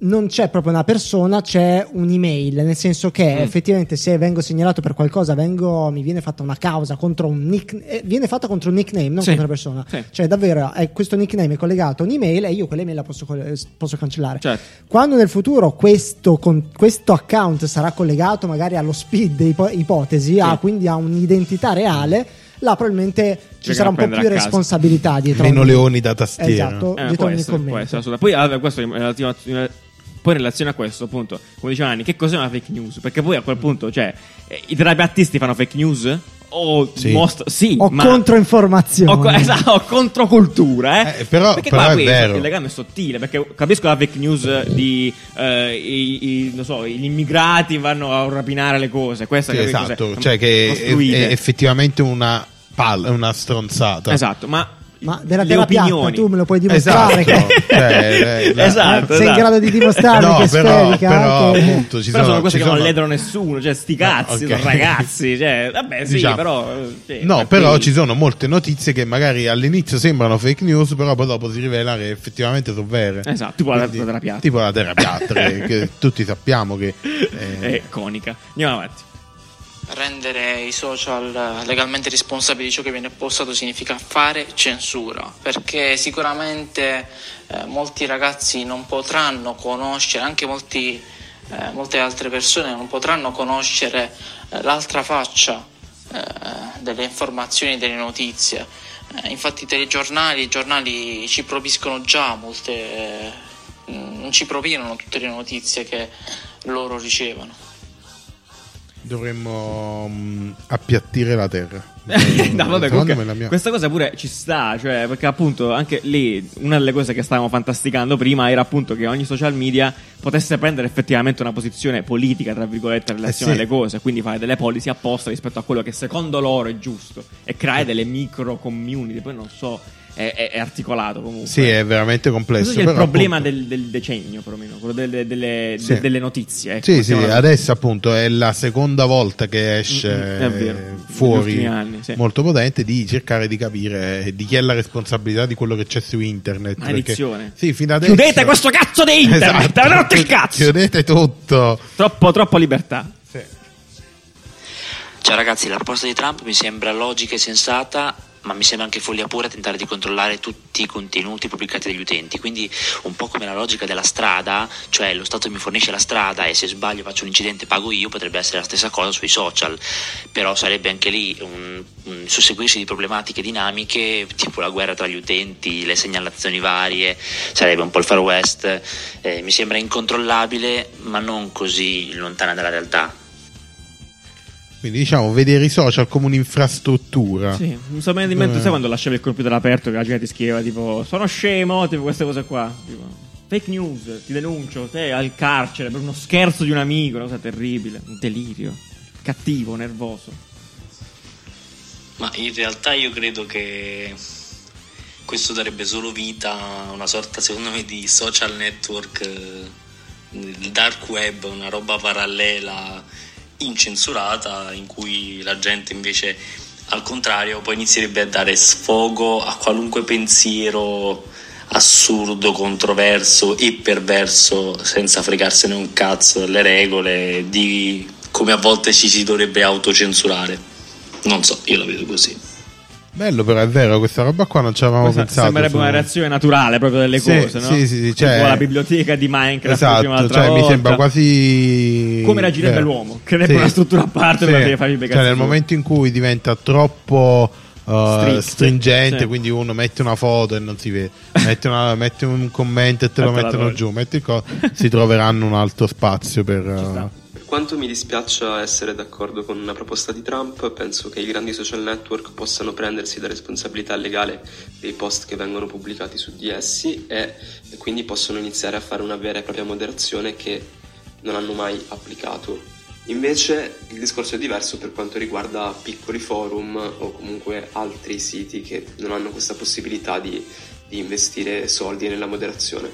S2: non c'è proprio una persona, c'è un'email, nel senso che
S1: Mm.
S2: effettivamente se vengo segnalato per qualcosa, vengo- mi viene fatta una causa contro un nick- eh, viene fatta contro un nickname, non
S1: Sì.
S2: contro una persona.
S1: Sì.
S2: Cioè, davvero, eh, questo nickname è collegato a un'email e io quell'email la posso, coll- eh, posso cancellare.
S1: Certo.
S2: Quando nel futuro questo, con- questo account sarà collegato magari allo speed ipo- ipotesi, a- quindi a un'identità reale, là probabilmente ci
S1: Perché
S2: sarà
S1: non
S2: un po'
S1: prendere
S2: più
S1: a casa.
S2: responsabilità dietro.
S3: Meno
S2: ogni-
S3: leoni da tastiera.
S2: Esatto,
S1: Eh,
S2: dietro
S1: può
S2: ogni
S1: essere,
S2: commento.
S1: può essere, assolutamente. Poi, allora, questo in relazione- in- poi in relazione a questo, appunto, come diceva Anni, che cos'è una fake news? Perché poi a quel punto, cioè, eh, i terrapiattisti fanno fake news? O
S3: Sì.
S1: most- sì,
S2: O
S1: ma-
S2: controinformazione.
S1: o co- esatto, o controcultura, eh.
S3: Eh, però-
S1: perché
S3: però
S1: qua
S3: è
S1: poi
S3: vero.
S1: il legame è sottile, perché capisco la fake news di eh, i- i- non so, gli immigrati vanno a rapinare le cose, questa
S3: Sì,
S1: che
S3: esatto,
S1: cose
S3: cioè che è,
S1: costruite.
S3: è effettivamente una, palla, una stronzata.
S1: Esatto, ma,
S2: Ma della
S1: le
S2: terra piatta
S1: opinioni
S2: tu me lo puoi dimostrare.
S3: Esatto.
S2: che-
S3: Cioè, eh, la-
S1: Esatto,
S2: Sei in
S1: esatto.
S2: grado di dimostrarmi
S3: No,
S2: che è
S3: però-
S2: sferica? eh,
S3: però,
S2: Che-
S3: appunto, ci
S1: però
S3: sono-
S1: sono cose
S3: ci
S1: che non
S3: sono-
S1: ledono nessuno, cioè sti cazzi,
S3: No, ok.
S1: ragazzi, cioè, vabbè sì,
S3: Diciamo-
S1: però... eh, sì,
S3: No,
S1: tranquilli.
S3: però ci sono molte notizie che magari all'inizio sembrano fake news, però poi dopo si rivela che effettivamente sono vere.
S1: Esatto, tipo la
S3: Quindi-
S1: terra piatta.
S3: Tipo la terra piatta, che, che tutti sappiamo che... eh,
S1: È conica. Andiamo avanti.
S5: Rendere i social eh, legalmente responsabili di ciò che viene postato significa fare censura, perché sicuramente eh, molti ragazzi non potranno conoscere, anche molti, eh, molte altre persone non potranno conoscere eh, l'altra faccia eh, delle informazioni e delle notizie. Eh, infatti i telegiornali, i giornali ci proibiscono già molte, eh, non ci propinano tutte le notizie che loro ricevono.
S3: Dovremmo mh, appiattire la terra.
S1: no, vabbè,
S3: Secondo me la
S1: comunque,
S3: mia-
S1: questa cosa pure ci sta, cioè, perché appunto anche lì una delle cose che stavamo fantasticando prima era appunto che ogni social media potesse prendere effettivamente una posizione politica, tra virgolette, in relazione
S3: Eh, sì.
S1: alle cose, quindi fare delle policy apposta rispetto a quello che secondo loro è giusto e creare delle micro community, poi non so, è, è- è articolato comunque.
S3: Sì, è veramente complesso.
S1: Questo è il
S3: però,
S1: problema
S3: appunto-
S1: del, del decennio, perlomeno, quello delle, delle-
S3: Sì.
S1: de- eh, delle notizie. ecco,
S3: Sì, sì,
S1: mettiamola così.
S3: adesso appunto è la seconda volta che esce
S1: Mm, mm, è vero.
S3: eh,
S1: Negli
S3: fuori
S1: ultimi anni, sì.
S3: molto potente di cercare di capire eh, di chi è la responsabilità di quello che c'è su internet. perché-
S1: Maledizione.
S3: sì, fino adesso...
S1: Chiudete questo cazzo di internet!
S3: Esatto.
S1: Avete rotto il cazzo!
S3: Chiudete tutto.
S1: Troppo, troppo libertà.
S6: Cioè ragazzi, la proposta di Trump mi sembra logica e sensata, ma mi sembra anche follia pura tentare di controllare tutti i contenuti pubblicati dagli utenti. Quindi un po' come la logica della strada, cioè lo Stato mi fornisce la strada e se sbaglio faccio un incidente pago io, potrebbe essere la stessa cosa sui social. Però sarebbe anche lì un, un susseguirsi di problematiche dinamiche, tipo la guerra tra gli utenti, le segnalazioni varie, sarebbe un po' il Far West. Eh, mi sembra incontrollabile, ma non così lontana dalla realtà.
S3: Quindi diciamo, vedere i social come un'infrastruttura.
S1: Sì, mi sto venendo in mente,
S3: Ah. Eh.
S1: sai quando lasciavi il computer aperto che la gente ti scriveva tipo sono scemo, tipo queste cose qua, tipo fake news, ti denuncio, te al carcere per uno scherzo di un amico, una cosa terribile, un delirio, cattivo, nervoso.
S7: Ma in realtà io credo che questo darebbe solo vita a una sorta, secondo me, di social network eh, il dark web, una roba parallela incensurata in cui la gente invece al contrario poi inizierebbe a dare sfogo a qualunque pensiero assurdo, controverso e perverso senza fregarsene un cazzo delle regole di come a volte ci si dovrebbe autocensurare. Non so, io la vedo così.
S3: Bello, però è vero, questa roba qua non ci avevamo
S1: Questa
S3: pensato.
S1: sembrerebbe
S3: su-
S1: una reazione naturale proprio delle
S3: Sì,
S1: cose, no?
S3: sì, sì, sì,
S1: Tipo
S3: cioè-
S1: la biblioteca di Minecraft prima
S3: Esatto,
S1: l'altra
S3: cioè, mi
S1: volta.
S3: sembra quasi.
S1: Come reagirebbe
S3: vero.
S1: l'uomo? Creerebbe una struttura a parte per la fare i
S3: cioè,
S1: cazzi
S3: nel
S1: suoi.
S3: momento in cui diventa troppo. uh,
S1: Strict,
S3: stringente
S1: sì.
S3: quindi uno mette una foto e non si vede mette, una- mette un commento e te lo
S1: Metto la
S3: mettono
S1: togli.
S3: giù metti il co- si troveranno un altro spazio per
S1: sta.
S3: uh,
S8: Per quanto mi dispiaccia essere d'accordo con una proposta di Trump, penso che i grandi social network possano prendersi la responsabilità legale dei post che vengono pubblicati su di essi e quindi possono iniziare a fare una vera e propria moderazione che non hanno mai applicato. Invece il discorso è diverso per quanto riguarda piccoli forum o comunque altri siti che non hanno questa possibilità di, di investire soldi nella moderazione.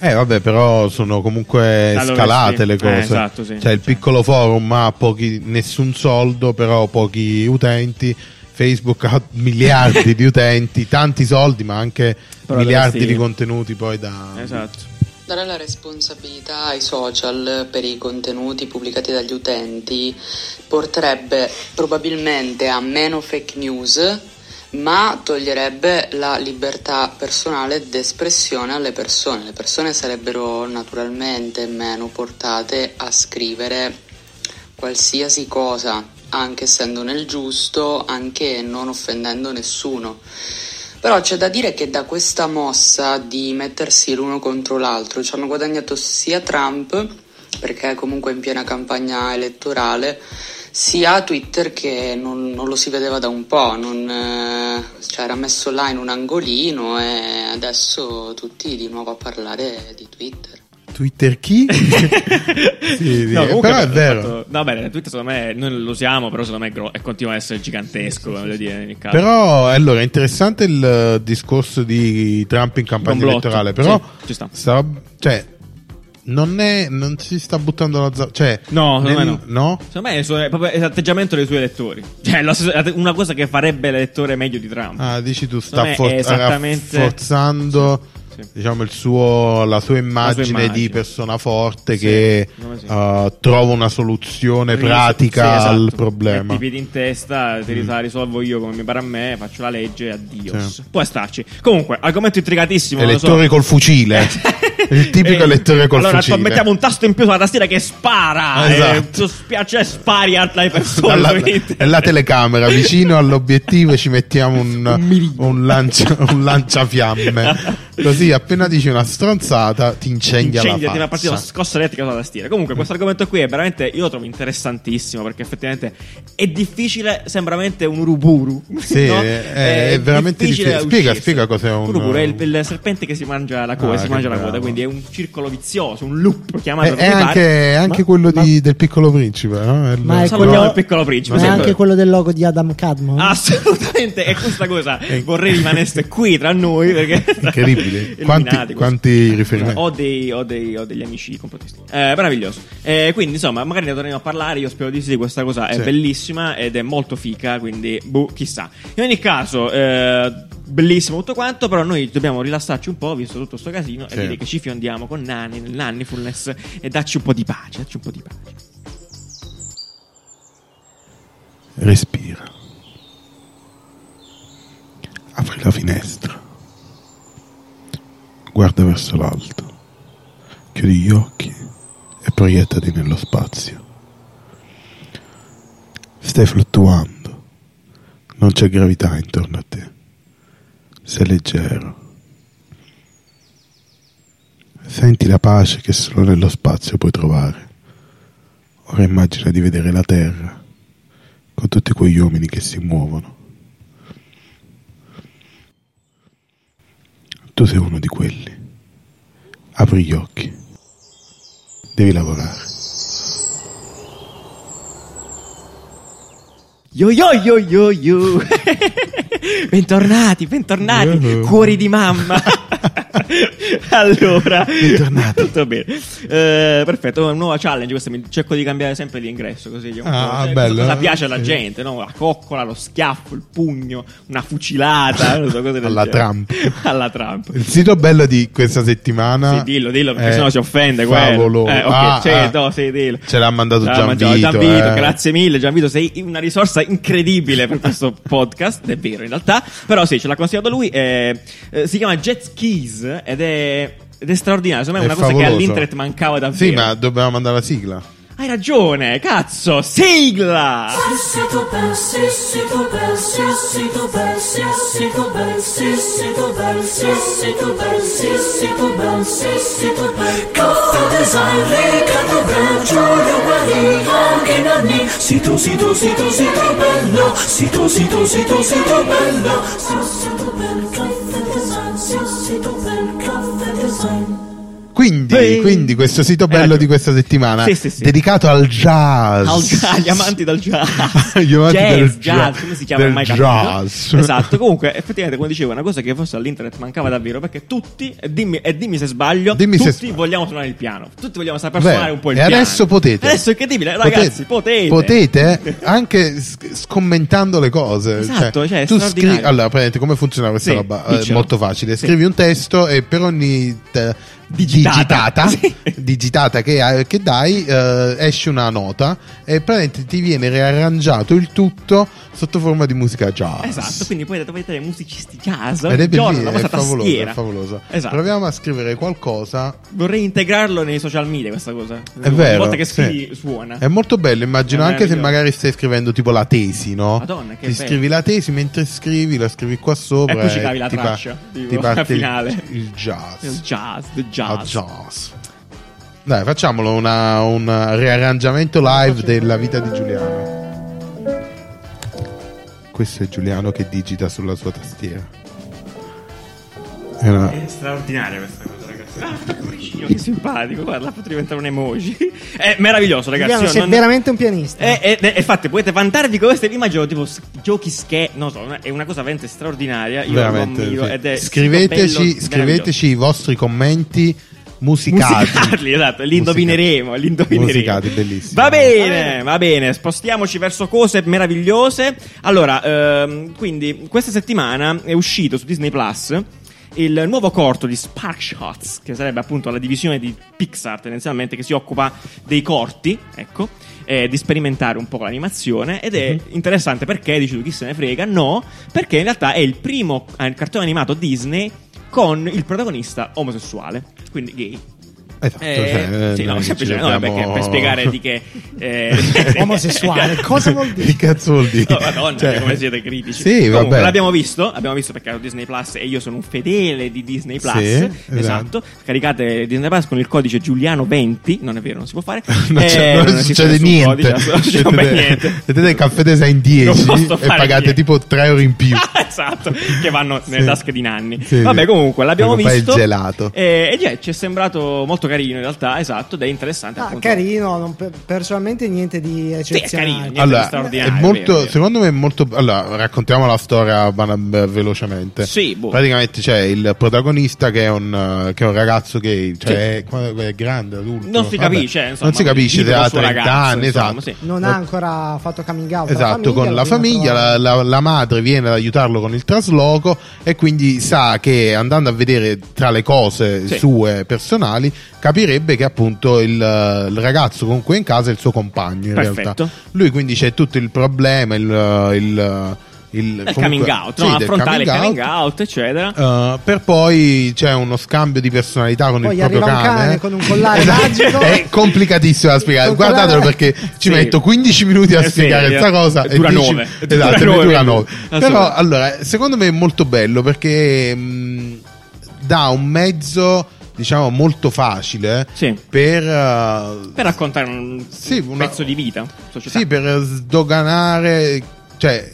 S3: eh vabbè però sono comunque
S1: Allora,
S3: scalate
S1: sì.
S3: le cose
S1: Eh, esatto, sì.
S3: cioè il piccolo forum ha pochi nessun soldo però pochi utenti Facebook ha miliardi di utenti tanti soldi ma anche
S1: Però
S3: miliardi
S1: dovresti-
S3: di contenuti poi da
S1: Esatto.
S9: Dare la responsabilità ai social per i contenuti pubblicati dagli utenti porterebbe probabilmente a meno fake news, ma toglierebbe la libertà personale d'espressione alle persone. Le persone sarebbero naturalmente meno portate a scrivere qualsiasi cosa, anche essendo nel giusto, anche non offendendo nessuno. Però c'è da dire che da questa mossa di mettersi l'uno contro l'altro ci hanno guadagnato sia Trump, perché è comunque in piena campagna elettorale, sia Twitter che non, non lo si vedeva da un po', non, eh, cioè era messo là in un angolino e adesso tutti di nuovo a parlare di Twitter.
S3: Twitter chi? Sì, sì, però è
S1: l'ho
S3: vero.
S1: fatto- No, bene, Twitter secondo me noi lo usiamo, però secondo me è gro- e continua a essere gigantesco, voglio dire, in ogni caso.
S3: Però allora è interessante il eh, discorso di Trump in campagna
S1: Complotto.
S3: elettorale, però
S1: Sì, ci sta.
S3: cioè, non, è, non si sta buttando la za- cioè,
S1: No, secondo
S3: nel-
S1: me no. Secondo me è so- è proprio l'atteggiamento dei suoi elettori. Cioè, lo stesso- una cosa che farebbe l'elettore meglio di Trump.
S3: Ah, dici tu, sta
S1: Secondo me
S3: for-
S1: è esattamente-
S3: rafforzando
S1: Sì, sì.
S3: diciamo, il suo- la sua immagine di
S1: immagine.
S3: persona forte
S1: Sì,
S3: che
S1: secondo me sì.
S3: eh, trova una soluzione
S1: Ris-
S3: pratica
S1: sì, esatto.
S3: al problema. Mm.
S1: Metti i piedi in testa, te li- la risolvo io come mi pare a me, faccio la legge e addios.
S3: Sì.
S1: Può starci. Comunque, argomento intrigatissimo. lo so.
S3: Elettore col fucile. Il tipico
S1: Eh,
S3: elettore col
S1: allora,
S3: fucile.
S1: mettiamo un tasto in più sulla tastiera che spara.
S3: Esatto.
S1: eh, spiace e spari alle persone.
S3: Dalla-
S1: su internet.
S3: è la telecamera vicino all'obiettivo ci mettiamo un, un, lancia, un lanciafiamme così appena dici una stronzata ti incendia,
S1: Incendia, ti
S3: la
S1: fa partire una
S3: faccia
S1: scossa elettrica sulla tastiera. Comunque, questo argomento qui è veramente. Io lo trovo interessantissimo perché effettivamente è difficile. Sembra veramente un uruburu.
S3: Sì,
S1: no?
S3: è- è veramente difficile.
S1: da
S3: Spiega-
S1: uscirsi.
S3: spiega cos'è un-
S1: uruburu. È il, il serpente che si mangia la coda,
S3: Ah,
S1: si
S3: che
S1: mangia la
S3: bravo.
S1: coda. Quindi è un circolo vizioso, un loop
S3: è,
S1: chiamato
S3: Eh, è
S1: come pare.
S3: anche, è anche quello
S2: ma-
S3: di- del piccolo principe no? È il-
S2: Ma è
S1: Salutiamo
S2: quello-
S1: il piccolo principe.
S2: Ma è
S1: sempre.
S2: anche quello del logo di Adam
S3: Mm.
S2: Cadmo.
S1: Ah, Assolutamente, e questa cosa vorrei rimanesse qui tra noi perché
S3: incredibile
S1: Illuminati,
S3: quanti,
S1: questo.
S3: quanti riferimenti
S1: Ho, dei- ho dei- ho degli amici complottisti. Eh, meraviglioso. Eh, quindi, insomma, magari ne torneremo a parlare. Io spero di sì. Questa cosa è
S3: Sì.
S1: bellissima ed è molto fica. Quindi, boh, chissà. In ogni caso, eh, bellissimo tutto quanto. Però noi dobbiamo rilassarci un po', visto tutto sto casino,
S3: Sì.
S1: e dire che ci fiondiamo con Nani nel Nannifulness e dacci un po' di pace. Dacci un po' di pace.
S3: respira apri la finestra guarda verso l'alto chiudi gli occhi e proiettati nello spazio stai fluttuando non c'è gravità intorno a te sei leggero senti la pace che solo nello spazio puoi trovare ora immagina di vedere la terra con tutti quegli uomini che si muovono. Tu sei uno di quelli. Apri gli occhi. Devi lavorare.
S1: Yo yo yo yo yo. bentornati, bentornati,
S3: Uh-huh.
S1: cuori di mamma. allora,
S3: Bentornati.
S1: tutto bene. Eh, perfetto, una nuova challenge. Questa mi cerco di cambiare sempre l'ingresso. Così vediamo
S3: Ah,
S1: cosa- cosa-
S3: bello,
S1: Cosa
S3: eh?
S1: piace alla
S3: Sì.
S1: gente, no? La coccola, lo schiaffo, il pugno, una fucilata. non so, cose del
S3: Alla
S1: genere.
S3: Trump.
S1: alla Trump.
S3: Il sito bello di questa settimana.
S1: Sì, dillo, dillo, perché
S3: è
S1: sennò si offende. quello.
S3: Favoloso.
S1: Eh, ok,
S3: eh, Ah,
S1: c'è,
S3: ah.
S1: no, sì, dillo.
S3: Ce l'ha mandato
S1: Ce l'ha mangiato
S3: Gianvito.
S1: Gianvito,
S3: eh.
S1: grazie mille Gianvito, sei una risorsa incredibile per questo podcast, è vero in realtà, però sì, ce l'ha consigliato lui, eh, eh, si chiama Jet Skis ed è, ed è straordinario, secondo me è, una cosa che
S3: favoloso.
S1: all'internet mancava davvero.
S3: Sì, ma dobbiamo mandare la sigla.
S1: Hai ragione, cazzo, sigla!
S10: Sito, sito, sito, sito bello, sito, sito, sito, sito bello, sito bello, caffè design, sito bello, caffè design.
S3: Quindi,
S1: Ehi.
S3: quindi questo sito
S1: Hai
S3: bello
S1: ragione.
S3: di questa settimana
S1: Eh, ecco. Sì, sì, sì.
S3: dedicato al jazz.
S1: Al jazz, gli amanti del jazz.
S3: Gli amanti
S1: jazz,
S3: del
S1: jazz,
S3: jazz,
S1: come si chiama
S3: del
S1: mai capito.
S3: jazz.
S1: Esatto, comunque effettivamente come dicevo è una cosa che forse all'internet mancava davvero perché tutti, e dimmi, e dimmi se sbaglio,
S3: Dimmi se
S1: tutti
S3: sbaglio.
S1: vogliamo suonare il piano, tutti vogliamo saper
S3: Beh,
S1: suonare un po' il
S3: e
S1: piano.
S3: adesso potete.
S1: Adesso è incredibile, ragazzi, potete.
S3: Potete, eh, anche s- scommentando le cose.
S1: Esatto, cioè, è
S3: tu
S1: straordinario.
S3: scrivi. Allora, praticamente, come funziona questa
S1: Sì,
S3: roba? Eh,
S1: diccelo.
S3: molto facile.
S1: Sì.
S3: Scrivi un testo e per ogni te-
S1: Digitata.
S3: digitata,
S1: Sì.
S3: digitata che, hai- che dai, eh, esce una nota e praticamente ti viene riarrangiato il tutto sotto forma di musica jazz.
S1: Esatto, quindi poi potete avere musicisti jazz,
S3: Ed
S1: ogni
S3: è
S1: giorno, la
S3: bellissimo, è
S1: vostra
S3: favoloso,
S1: tastiera.
S3: è favoloso.
S1: Esatto.
S3: Proviamo a scrivere qualcosa
S1: Vorrei integrarlo nei social media questa cosa.
S3: È vero.
S1: Una volta che
S3: sì.
S1: scrivi suona.
S3: È molto bello, immagino,
S1: È
S3: anche se
S1: meraviglioso.
S3: magari stai scrivendo tipo la tesi, no?
S1: Madonna, che
S3: Ti
S1: bello.
S3: scrivi la tesi mentre scrivi, la scrivi qua sopra.
S1: E poi ci cavi la
S3: ti
S1: traccia, tipo,
S3: ti parte
S1: la
S3: il-
S1: finale.
S3: Il, jazz.
S1: Il jazz, the
S3: Ah,
S1: jazz.
S3: jazz. Dai, facciamolo una- un riarrangiamento live della vita di Giuliano. Questo è Giuliano che digita sulla sua tastiera. È una-
S1: È straordinaria questa cosa, ragazzi. Ah, Piccolino, che simpatico, guarda, fatto diventare un emoji. È meraviglioso, ragazzi.
S2: Giuliano,
S1: io
S2: sei
S1: non- Eh,
S2: veramente un pianista.
S1: E, e- e- infatti potete vantarvi con questa immagine tipo s- giochi che non so, è una cosa veramente straordinaria. Io
S3: Veramente,
S1: lo ammiro
S3: sì.
S1: ed è
S3: scriveteci,
S1: bello,
S3: scriveteci i vostri commenti musicati.
S1: musicati, esatto, li indovineremo, li indovineremo.
S3: Musicati, bellissimo.
S1: Va bene, va bene, spostiamoci verso cose meravigliose. Allora, ehm, quindi questa settimana è uscito su Disney Plus il nuovo corto di Spark Shots, che sarebbe appunto la divisione di Pixar tendenzialmente che si occupa dei corti, ecco, eh, di sperimentare un po' l'animazione ed è interessante perché dici tu chi se ne frega? No, perché in realtà è il primo eh, cartone animato Disney con il protagonista omosessuale, quindi gay.
S3: Esatto,
S1: Eh,
S3: cioè,
S1: sì, no,
S3: noi
S1: semplice,
S3: ci
S1: no,
S3: dobbiamo-
S1: perché per spiegare di che eh,
S2: Omosessuale, cosa vuol dire?
S3: Che cazzo vuol dire?
S1: Oh, madonna,
S3: Cioè,
S1: come siete critici.
S3: Sì,
S1: Comunque,
S3: vabbè.
S1: l'abbiamo visto, l'abbiamo visto perché era Disney Plus e io sono un fedele di Disney Plus.
S3: Sì,
S1: esatto.
S3: esatto.
S1: Scaricate Disney Plus con il codice Giuliano20, non è vero, non si può fare.
S3: Non, c'è-
S1: Eh,
S3: cioè, non
S1: esiste
S3: succede
S1: nessun codice,
S3: niente.
S1: non succede
S3: Siete
S1: mai
S3: de-
S1: niente.
S3: siete del caffè design 10
S1: Non posso
S3: e
S1: fare
S3: pagate
S1: niente.
S3: tipo 3 euro in più.
S1: esatto, che vanno nelle
S3: Sì.
S1: tasche di Nanni.
S3: Sì,
S1: Vabbè,
S3: sì.
S1: comunque l'abbiamo
S3: Per comprare il
S1: visto.
S3: gelato.
S1: Eh, E, già, ci è sembrato molto carino in realtà, esatto, ed è interessante.
S2: Ah,
S1: appunto.
S2: carino, non pe- personalmente niente di
S1: Sì, è
S2: eccezionale.
S1: carino, niente di
S3: Allora, è
S1: straordinario.
S3: molto,
S1: vero, vero.
S3: secondo me è molto. Allora, raccontiamo la storia bana- b- velocemente.
S1: Sì, boh.
S3: Praticamente c'è il protagonista che è un, eh, che è un ragazzo gay, cioè è- quando- è grande, adulto.
S1: Non si
S3: vabbè.
S1: capisce, eh, insomma,
S3: non si capisce
S1: vive
S3: se ha
S1: col suo
S3: 30
S1: ragazzo,
S3: anni,
S1: insomma,
S3: esatto.
S1: sì.
S2: Non ha ancora fatto coming out. alla
S3: Esatto,
S2: famiglia,
S3: con
S2: lo
S3: la
S2: viene a
S3: famiglia, la,
S2: trovare.
S3: la- la madre viene ad aiutarlo con il trasloco e quindi sa che andando a vedere tra le cose
S1: Sì.
S3: sue personali capirebbe che appunto il, eh, il ragazzo con cui è in casa è il suo compagno in
S1: Perfetto.
S3: realtà. Lui quindi c'è tutto il problema, il... eh, il il,
S1: Del
S3: comunque-
S1: coming out,
S3: sì,
S1: no?
S3: del
S1: affrontare il
S3: coming
S1: coming
S3: out.
S1: out, eccetera.
S3: Eh, per poi c'è uno scambio di personalità con
S2: Poi
S3: il proprio
S2: arriva un
S3: cane. Esatto.
S2: cane con un collare magico.
S3: È complicatissimo da spiegare.
S2: Con
S3: Guardatelo
S2: collare-
S3: perché ci
S1: Sì.
S3: metto 15 minuti a
S1: Eh sì,
S3: spiegare
S1: eh,
S3: questa cosa. e
S1: dura
S3: 10
S1: nove.
S3: Esatto,
S1: Dura
S3: ne dura
S1: nove.
S3: nove. Però
S1: Assolutamente.
S3: allora, secondo me è molto bello perché mh, dà un mezzo, diciamo, molto facile
S1: Sì.
S3: per. eh,
S1: Per raccontare un
S3: Sì, una-
S1: pezzo di vita, società.
S3: sì, per sdoganare. Cioè,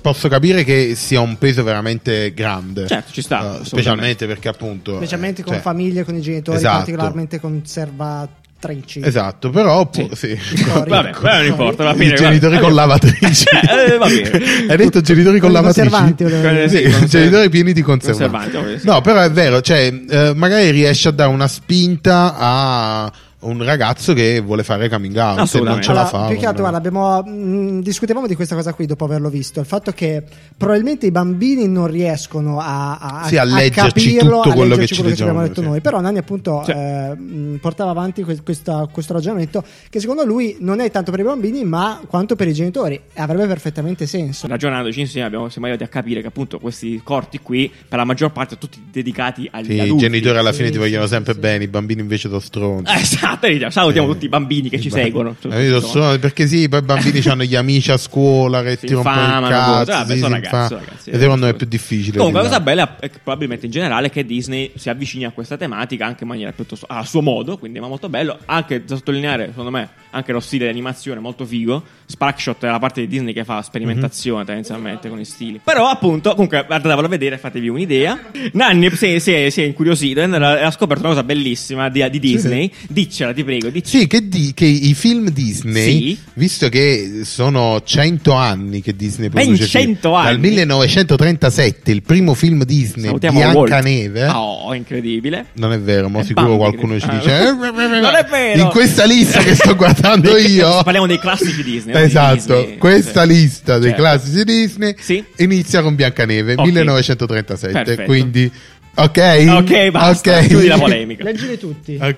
S3: posso capire che sia un peso veramente grande.
S1: Certo, ci sta,
S3: Eh,
S1: assolutamente.
S3: specialmente perché appunto.
S2: Specialmente
S3: eh,
S2: con
S3: cioè-
S2: famiglie, con i genitori
S3: Esatto.
S2: particolarmente conservatori. lavatrici.
S3: Esatto, però pu- sì.
S2: Sorry.
S1: Vabbè, vabbè, non importa, va bene.
S3: I genitori
S1: va-
S3: con lavatrici.
S1: Eh, va bene.
S3: Hai detto genitori con
S2: Esatto. Con i
S3: lavatrici?
S2: conservanti, volevo dire.
S1: Eh,
S3: Sì,
S1: sì, conserv-
S3: genitori pieni di conservanti.
S1: Conservanti, sì.
S3: No, però è vero, cioè, eh, magari riesce a dare una spinta a un ragazzo che vuole fare coming out se non
S1: Assolutamente.
S3: ce la
S2: Allora,
S3: fa.
S2: più che altro, guarda, abbiamo, mh, discutevamo di questa cosa qui dopo averlo visto. Il fatto che probabilmente i bambini non riescono a, a,
S3: Sì, a leggerci
S2: capirlo,
S3: tutto
S2: a
S3: quello che
S2: leggerci
S3: ci leggiamo
S2: abbiamo
S3: noi,
S2: detto
S3: sì.
S2: noi. Però Nani, appunto,
S1: Sì.
S2: eh, mh, portava avanti que- questa- questo ragionamento che secondo lui non è tanto per i bambini, ma quanto per i genitori. E Avrebbe perfettamente senso.
S1: Ragionandoci insieme abbiamo, siamo arrivati a capire che appunto questi corti qui per la maggior parte sono tutti dedicati agli
S3: Sì, I
S1: adulti.
S3: genitori alla fine
S2: Sì,
S3: ti vogliono
S2: sì,
S3: sempre
S2: sì.
S3: bene, i bambini invece sono stronzi. Eh,
S1: Eh, Esatto, e salutiamo tutti i bambini che
S3: I
S1: ci
S3: bambini-
S1: seguono.
S3: Eh, io so solo- perché sì, poi i bambini hanno gli amici a scuola che
S1: Si
S3: tirano un po' il
S1: infamano,
S3: cazzo.
S1: cose. Vabbè,
S3: sì,
S1: sono
S3: si
S1: ragazzi,
S3: infa-
S1: sono ragazzi,
S3: e secondo me è
S1: ragazzi.
S3: più difficile.
S1: Comunque, la cosa
S3: di là.
S1: bella, è che probabilmente in generale, è che Disney si avvicina a questa tematica anche in maniera piuttosto a suo modo, quindi ma molto bello. Anche da sottolineare, secondo me, anche lo stile di animazione molto figo. Sparkshot è la parte di Disney che fa sperimentazione
S3: Mhm.
S1: tendenzialmente con i stili. Però, appunto, comunque, andatevelo a vedere, fatevi un'idea. Nanni si è, si è- si è incuriosito e ha ha scoperto una cosa bellissima di, di Disney. Diccela, ti prego, diccela.
S3: Sì, che, di- che i film Disney,
S1: Sì.
S3: visto che sono 100 anni che Disney
S1: Ben
S3: produce film,
S1: 100 anni.
S3: dal 1937 il primo film Disney,
S1: Walt.
S3: Biancaneve,
S1: Oh, incredibile.
S3: non è vero, ma
S1: Eh,
S3: sicuro
S1: Bambi,
S3: qualcuno
S1: che-
S3: ci
S1: ah.
S3: dice "Eh, beh, beh, beh,
S1: Non è vero.
S3: in questa lista che sto guardando
S1: Dei-
S3: io
S1: Parliamo dei classici Disney. non di
S3: Esatto,
S1: Disney.
S3: questa
S1: Sì.
S3: lista dei
S1: Certo.
S3: classici Disney
S1: Sì.
S3: inizia con Biancaneve,
S1: Ok.
S3: 1937,
S1: Perfetto.
S3: quindi ok?
S1: Ok, basta,
S3: Ok.
S1: chiudi la polemica.
S2: Leggili tutti.
S3: Eh,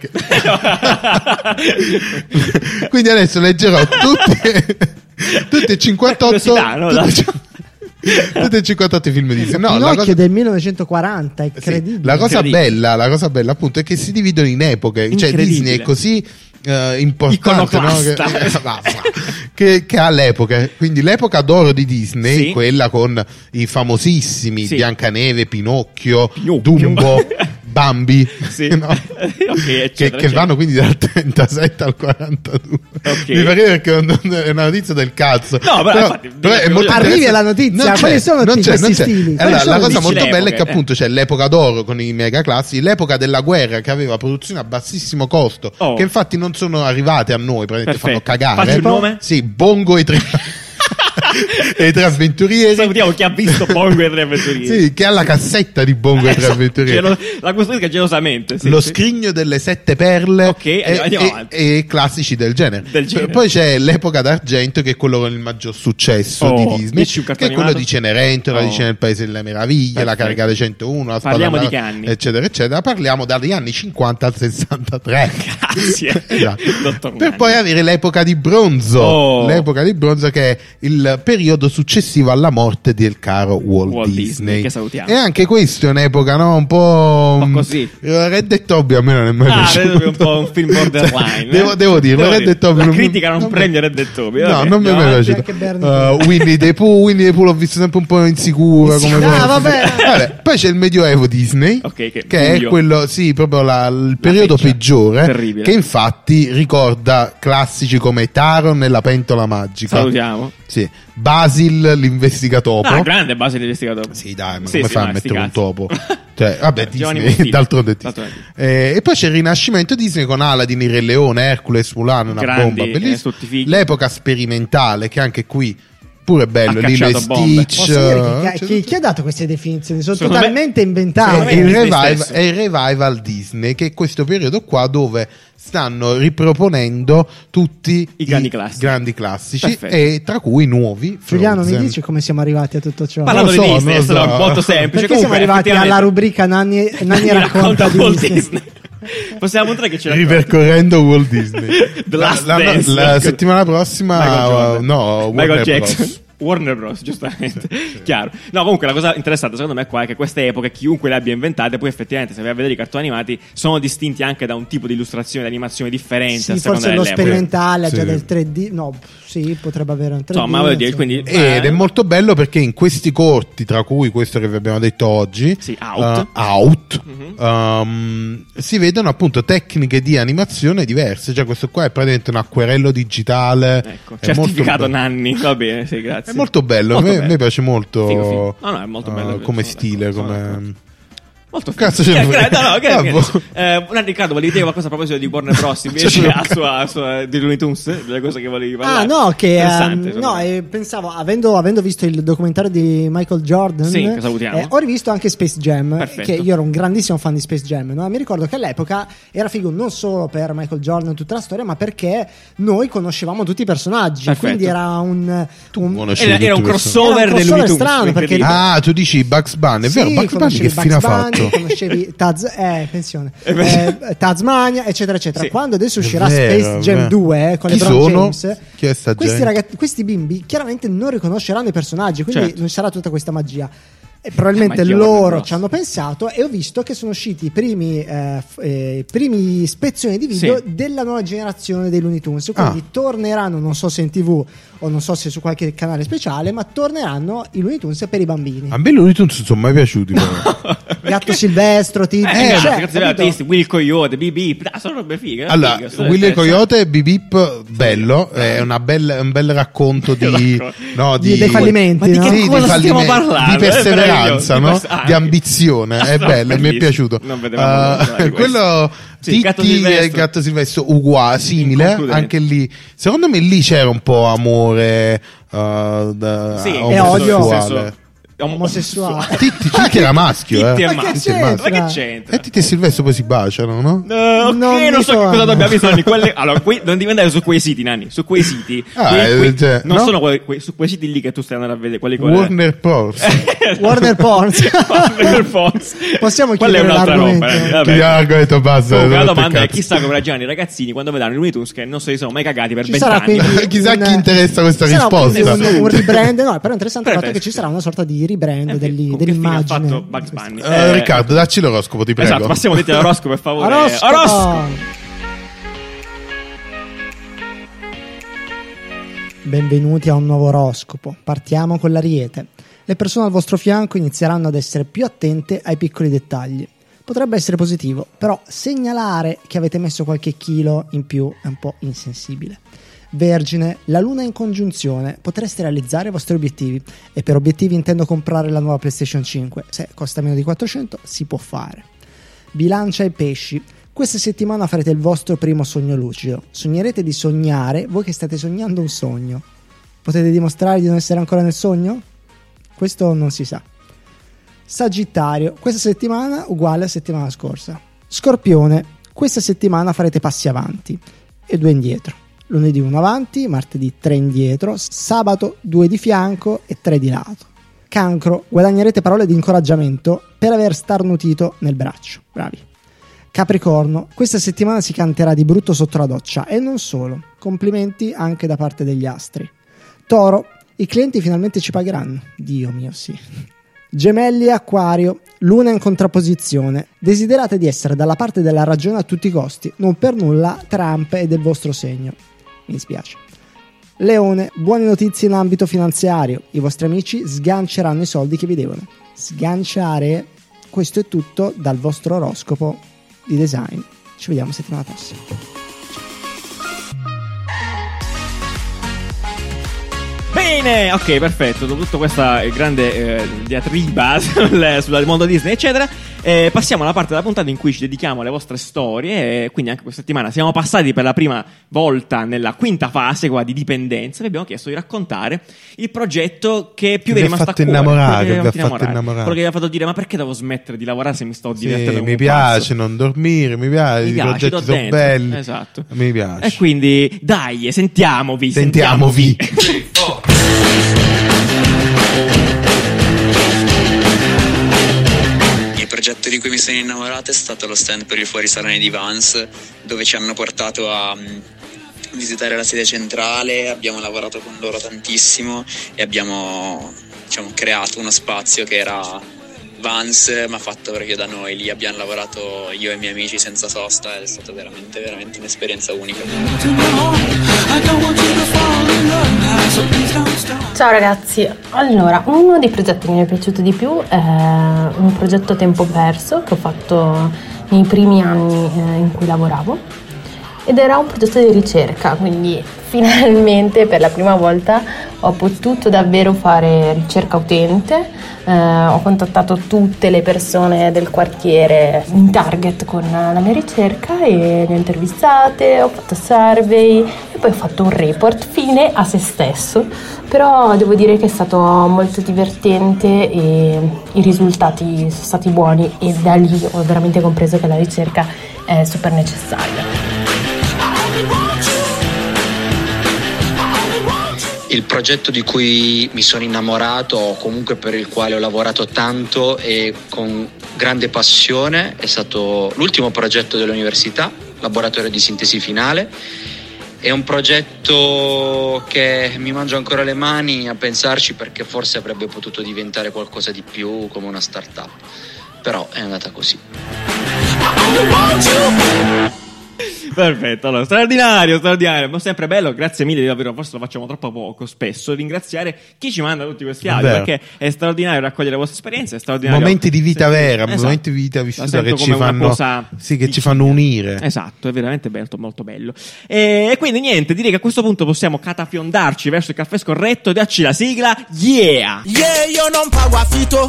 S3: Ok. quindi adesso leggerò tutti tutti e 58
S1: Curiosità, no?
S3: tutti, tutti e 58 i film di Disney. No, la
S2: Pinocchio
S3: cosa,
S2: del 1940, è
S3: sì,
S2: incredibile.
S3: la cosa
S1: Incredibile.
S3: bella, la cosa bella appunto è che si dividono in epoche, cioè
S1: Incredibile.
S3: Disney è così eh, importante no? che, eh,
S1: Iconoclasta.
S3: Ma- ma- che- che ha l'epoca quindi l'epoca d'oro di Disney
S1: Sì.
S3: quella con i famosissimi
S1: Sì.
S3: Biancaneve Pinocchio,
S1: Pinocchio.
S3: Dumbo Bambi
S1: Sì.
S3: no?
S1: Ok, eccetera,
S3: che, che
S1: eccetera.
S3: vanno quindi dal 37 al 42
S1: Ok.
S3: mi fa ridere perché è un- è una notizia del cazzo
S1: però, infatti,
S3: è
S1: dico, arrivi
S3: molto interessante.
S2: alla notizia,
S3: Non c'è,
S2: quali sono
S3: non
S2: tutti
S3: c'è, non
S2: questi
S3: c'è.
S2: stili?
S3: Allora,
S2: Quali
S3: la
S2: sono
S3: cosa
S1: tutti
S3: molto
S1: le
S3: bella è che
S1: epoche?
S3: appunto c'è l'epoca d'oro con i mega classi l'epoca della guerra che aveva produzioni a bassissimo costo
S1: Oh.
S3: che infatti non sono arrivate a noi praticamente fanno
S1: Perfetto.
S3: cagare Eh?
S1: Faccio il nome?
S3: sì Bongo e tre e i tre avventurieri
S1: Salutiamo chi ha visto Bongo e i tre Eh, avventurieri. Esatto.
S3: sì, che ha la cassetta di Bongo e tre avventurieri
S1: Gelo- la costruisca gelosamente. sì,
S3: lo
S1: sì.
S3: scrigno delle sette perle
S1: Ok,
S3: e,
S1: andiamo
S3: e-
S1: avanti.
S3: e classici del genere.
S1: Del genere.
S3: P- Poi c'è l'epoca d'argento, che è quello con il maggior successo
S1: Oh,
S3: di Disney,
S1: dici un
S3: che è
S1: cartone
S3: quello
S1: animato?
S3: di Cenerentola,
S1: Oh.
S3: di Cena nel Paese delle Meraviglie, la
S1: Perfetto.
S3: caricata 101, la spada
S1: Parliamo di
S3: alla-
S1: che anni?
S3: eccetera, eccetera. Parliamo dagli anni 50 al 63.
S1: Grazie,
S3: Esatto.
S1: dottor
S3: per
S1: Nanni.
S3: poi avere l'epoca di bronzo,
S1: Oh.
S3: l'epoca di bronzo che è il periodo successivo alla morte del caro Walt,
S1: Walt Disney,
S3: Disney.
S1: che salutiamo.
S3: E anche questa è un'epoca, no? Un po'.
S1: Un po' così.
S3: Eh, Red Dead Toby a me non è mai
S1: Ah, Red
S3: piaciuto.
S1: Dead è un po' un film borderline,
S3: Cioè,
S1: eh.
S3: Devo, devo dirlo,
S1: Devo
S3: Red
S1: dire,
S3: Dead Toby
S1: la
S3: non mi-
S1: critica non
S3: mi-
S1: prende Red Dead Toby,
S3: No,
S1: vabbè,
S3: non mi è mai
S1: andiamo
S2: avanti.
S3: piaciuto.
S2: Anche Bernie.
S3: Eh, Winnie the Pooh, Winnie the Pooh l'ho visto sempre un po' insicura.
S2: Sì,
S3: come
S2: no,
S3: cosa.
S2: vabbè.
S3: Vabbè, Poi c'è il Medioevo Disney,
S1: Ok, che-
S3: è
S1: buio.
S3: quello, sì, proprio la- il periodo
S1: feccia.
S3: peggiore,
S1: Terribile.
S3: che infatti ricorda classici come Taron e la pentola magica.
S1: Salutiamo.
S3: Sì. Basil l'investigatore.
S1: Ah, grande base di investigatore.
S3: Sì, dai, ma
S1: Sì,
S3: come
S1: sì,
S3: fa a
S1: ma sti
S3: mettere un
S1: cazzi.
S3: topo? Cioè, vabbè,
S1: Giovanni
S3: Disney,
S1: Montini.
S3: d'altronde è Disney.
S1: D'altronde
S3: Eh, e poi c'è il rinascimento Disney con Aladdin, il Re Leone, Hercules, Mulan, una
S1: Grandi,
S3: bomba
S1: eh,
S3: bellissima.
S1: tutti fighi.
S3: L'epoca sperimentale, che anche qui pure bello,
S1: Ha
S3: Lilo e
S1: cacciato bombe.
S3: Stitch.
S2: Posso dire
S3: eh,
S2: chi,
S3: cioè,
S2: chi- chi ha dato queste definizioni? Sono
S1: Secondo
S2: totalmente
S1: secondo
S3: è,
S1: me
S2: inventate.
S3: il
S1: Disney
S3: revival,
S1: stesso.
S3: è il revival Disney, che è questo periodo qua dove stanno riproponendo tutti
S1: I grandi classici.
S3: grandi classici,
S1: Perfetto.
S3: e tra cui nuovi.
S2: Giuliano, mi
S3: Frozen.
S2: dici come siamo arrivati a tutto ciò?
S1: Parlando
S3: Non lo
S1: di
S3: so,
S1: Disney,
S3: non
S1: è
S3: lo
S1: stato
S3: so.
S1: molto semplice.
S2: Perché siamo
S1: Comunque,
S2: arrivati alla
S1: effettivamente-
S2: rubrica Nanni, Nanni
S1: Mi
S2: racconta, di
S1: Walt
S2: Disney?
S1: Disney. Possiamo mostrare che ce l'ha
S3: ripercorrendo Walt Disney.
S1: Certo. The Last
S3: la, la-
S1: Dance.
S3: la settimana prossima, oh, uh,
S1: Michael Jordan.
S3: no,
S1: Michael
S3: Warner
S1: Jackson.
S3: Bros.
S1: Warner Bros, giustamente, chiaro. No, comunque la cosa interessante secondo me qua è che queste epoche, chiunque le abbia inventate, poi effettivamente se vai a vedere i cartoni animati, sono distinti anche da un tipo di illustrazione, di animazione differente a
S2: Sì,
S1: seconda
S2: forse lo
S1: dell'epoca.
S2: sperimentale ha
S3: Sì.
S2: già del 3D. No, pff, sì, potrebbe avere un 3D.
S1: Insomma, voglio dire,
S2: insomma.
S1: quindi...
S3: Ed
S1: ma-
S3: è molto bello perché in questi corti, tra cui questo che vi abbiamo detto oggi,
S1: Sì, Out. Mhm.
S3: eh, Out, ehm, si vedono appunto tecniche di animazione diverse. Cioè, questo qua è praticamente un acquerello digitale.
S1: Ecco,
S3: È molto
S1: certificato
S3: bello.
S1: Nanni, va bene, sì, grazie.
S3: È molto bello, a me, a me piace molto
S1: Figo, figo. No, no, è molto
S3: eh,
S1: bello,
S3: come
S1: sono
S3: stile,
S1: d'accordo, sono
S3: come...
S1: d'accordo. Molto
S3: Cazzo,
S1: figo. Gra-
S3: c'è-
S1: no, no, gra-
S3: Ah,
S1: gra-
S3: boh.
S1: Eh, no, Riccardo, volevi dire qualcosa a proposito di Warner Bros. invece
S3: C'è-
S1: a sua, a sua- di Looney Tunes, delle cose che volevi parlare.
S2: Ah, no, che ehm,
S1: Interessante,
S2: no,
S1: insomma.
S2: eh, pensavo, avendo, avendo visto il documentario di Michael Jordan,
S1: Sì, che salutiamo.
S2: eh, ho rivisto anche Space Jam.
S1: Perfetto.
S2: Che io ero un grandissimo fan di Space Jam. no? Mi ricordo che all'epoca era figo non solo per Michael Jordan e tutta la storia, ma perché noi conoscevamo tutti i personaggi.
S1: Perfetto.
S2: Quindi era un, un-
S3: Conoscevi
S1: era, era un
S3: tutti questo?
S1: crossover
S2: Era un
S1: dei
S2: crossover
S1: Looney Tunes.
S2: strano, perché-
S1: incredibile.
S3: Ah, tu dici Bugs Bunny, è
S2: Sì,
S3: vero, Bugs Bunny
S2: conoscevi
S3: che fine ha
S2: Bugs
S3: fatto?
S2: Bunny, Conoscevi Taz, eh, pensione,
S1: Eh, beh.
S2: eh, Tasmania, eccetera, eccetera.
S1: Sì.
S2: Quando adesso uscirà
S3: È vero,
S2: Space Jam
S3: vabbè.
S2: 2 eh, con
S3: Chi
S2: le LeBron
S3: sono?
S2: James,
S3: Chi è sta
S2: questi,
S3: gente?
S2: ragazzi- questi bimbi chiaramente non riconosceranno i personaggi, quindi
S1: Certo.
S2: non ci sarà tutta questa magia. E probabilmente
S3: Eh,
S1: La magia Warner
S2: loro
S1: Bros.
S2: ci hanno pensato e ho visto che sono usciti i primi, eh, f- eh, i primi spezzoni di video
S1: Sì.
S2: della nuova generazione dei Looney Tunes. Quindi
S3: Ah.
S2: torneranno, non so se in tv o non so se su qualche canale speciale, ma torneranno i Looney Tunes per i bambini.
S3: A me i Looney Tunes non sono mai piaciuti, però.
S2: Gatto Silvestro, Tito,
S1: Eh,
S2: cioè,
S1: grazie, grazie
S2: capito?
S1: artisti, Will Coyote, BB, ah, sono robe fighe.
S3: Allora,
S1: fighe, sono
S3: Willy
S1: interessante.
S3: Coyote Bibip, bello, è una bella- un bel racconto di,
S1: Esatto.
S3: no,
S2: Di-
S3: di,
S2: dei fallimenti,
S1: Ma di
S2: no?
S1: che
S3: Sì,
S1: cosa
S3: di
S1: stiamo
S3: fallimenti,
S1: parlando? Eh,
S3: di
S1: È meraviglioso,
S3: perseveranza, no?
S1: questo- ah,
S3: di ambizione, è
S1: no,
S3: bello, mi è
S1: bellissimo.
S3: piaciuto.
S1: Non vedevamo l'ora di
S3: Eh,
S1: questo.
S3: quello
S1: Sì, Gatto
S3: Titti
S1: Silvestro.
S3: e Gatto Silvestro uguale, simile,
S1: Inconcludente.
S3: anche lì. Secondo me lì c'era un po' amore eh, da-
S1: Sì,
S2: E odio.
S3: omosessuale.
S2: Omosessuale.
S3: Titti, Titti era maschio,
S1: Titti
S3: eh.
S1: è
S2: Ma che
S1: maschio.
S2: c'entra?
S1: Ma che c'entra?
S3: E Titti e Silvestro poi si baciano, no?
S1: Eh, ok,
S2: Non
S1: non,
S2: mi
S1: so che
S2: sono.
S1: cosa dobbiamo bisogno. di Quelle... Allora, qui, non devi andare su quei siti, Nani. Su quei siti.
S3: Ah,
S1: Quei-
S3: eh,
S1: quei-
S3: cioè,
S1: non
S3: no?
S1: sono quei- quei- su quei siti lì che tu stai andando a vedere. Quelli Esatto.
S3: Warner Bros.
S1: Eh,
S2: Warner Porns.
S1: Warner Fox.
S2: Possiamo
S1: Quella è
S2: chiudere
S1: un'altra roba.
S2: l'argomento.
S1: eh,
S3: Chi
S1: vabbè.
S3: ha l'argomento basta.
S1: Comunque, la
S3: non
S1: domanda è
S3: toccate.
S1: chissà come ragionano i ragazzini quando vedranno i Looney Tunes che non se li sono mai cagati per
S2: Ci sarà
S1: vent'anni.
S2: quindi
S3: Chissà
S2: un-
S3: chi interessa questa
S2: ci sarà
S3: risposta.
S2: quindi Un, un rebrand, no, però è interessante
S1: Però
S2: il fatto che
S1: adesso-
S2: ci sarà una sorta di rebrand
S1: Eh,
S2: degli-
S1: con che fine ha
S2: dell'immagine.
S1: fatto Bugs Bunny.
S3: Eh, Riccardo, dacci l'oroscopo, ti prego.
S1: Esatto, passiamo dentro all'oroscopo per favore.
S2: Oroscopo!
S1: Oroscopo!
S2: Benvenuti a un nuovo oroscopo. Partiamo con l'ariete. Le persone al vostro fianco inizieranno ad essere più attente ai piccoli dettagli. Potrebbe essere positivo, però segnalare che avete messo qualche chilo in più è un po' insensibile. Vergine, la luna in congiunzione, potreste realizzare i vostri obiettivi e per obiettivi intendo comprare la nuova PlayStation 5. Se costa meno di 400 si può fare. Bilancia e pesci. Questa settimana farete il vostro primo sogno lucido. Sognerete di sognare voi che state sognando un sogno. Potete dimostrare di non essere ancora nel sogno? Questo non si sa. Sagittario, questa settimana uguale a settimana scorsa. Scorpione, questa settimana farete passi avanti e due indietro. Lunedì uno avanti, martedì tre indietro, sabato due di fianco e tre di lato. Cancro, guadagnerete parole di incoraggiamento per aver starnutito nel braccio. Bravi. Capricorno, questa settimana si canterà di brutto sotto la doccia e non solo. Complimenti anche da parte degli astri. Toro, i clienti finalmente ci pagheranno. Dio mio, sì. Gemelli e Acquario, Luna in contrapposizione. Desiderate di essere dalla parte della ragione a tutti i costi, non per nulla Trump è del vostro segno. Mi dispiace. Leone, buone notizie in ambito finanziario. I vostri amici sganceranno i soldi che vi devono. Sganciare? Questo è tutto dal vostro oroscopo di design. Ci vediamo settimana prossima.
S1: Bene, ok, perfetto. Dopo tutta questa eh, grande eh, diatriba sul, eh, sul mondo Disney, eccetera, eh, passiamo alla parte della puntata in cui ci dedichiamo alle vostre storie. E quindi anche questa settimana siamo passati per la prima volta nella quinta fase qua, di dipendenza. Vi abbiamo chiesto di raccontare il progetto che più vi
S3: Vi
S1: è
S3: ha
S1: rimasto
S3: fatto
S1: a cuore.
S3: innamorare,
S1: quello che
S3: vi ha fatto innamorare.
S1: Quello che vi ha fatto dire, ma perché devo smettere di lavorare se mi sto
S3: Sì,
S1: divertendo? come
S3: mi
S1: un
S3: piace
S1: pazzo?"
S3: non dormire, mi piace,
S1: Mi
S3: i
S1: piace, do
S3: progetti sono
S1: dentro.
S3: belli.
S1: Esatto.
S3: Mi piace.
S1: E quindi, dai, sentiamovi.
S3: Sentiamovi.
S11: Il progetto di cui mi sono innamorato è stato lo stand per il fuorisalone di Vans, dove ci hanno portato a mm, visitare la sede centrale, abbiamo lavorato con loro tantissimo e abbiamo diciamo, creato uno spazio che era Vans, ma fatto proprio da noi, lì abbiamo lavorato io e i miei amici senza sosta, è stata veramente, veramente un'esperienza unica.
S12: Ciao ragazzi, allora uno dei progetti che mi è piaciuto di più è un progetto a tempo perso che ho fatto nei primi anni eh, in cui lavoravo ed era un progetto di ricerca, quindi finalmente per la prima volta ho potuto davvero fare ricerca utente, Eh, ho contattato tutte le persone del quartiere in target con la mia ricerca e le ho intervistate, ho fatto survey e poi ho fatto un report fine a se stesso, però devo dire che è stato molto divertente e i risultati sono stati buoni e da lì ho veramente compreso che la ricerca è super necessaria.
S13: Il progetto di cui mi sono innamorato o comunque per il quale ho lavorato tanto e con grande passione è stato l'ultimo progetto dell'università, laboratorio di sintesi finale. È un progetto che mi mangio ancora le mani a pensarci perché forse avrebbe potuto diventare qualcosa di più come una startup, però è andata così.
S1: Perfetto, allora, straordinario, straordinario, ma sempre bello, grazie mille, davvero, forse lo facciamo troppo poco spesso, ringraziare chi ci manda tutti questi audio,
S3: Vero.
S1: perché è straordinario raccogliere le vostre esperienze, è straordinario.
S3: Momenti di vita
S1: Sì,
S3: vera,
S1: esatto.
S3: momenti di vita vissuta
S1: La
S3: che
S1: sento
S3: ci
S1: come una
S3: fanno,
S1: cosa
S3: sì, che ci fanno unire.
S1: Esatto, è veramente bello, molto bello. E, e quindi niente, direi che a questo punto possiamo catafiondarci verso il caffè scorretto e darci la sigla, yeah!
S14: Yeah, io non pago affitto,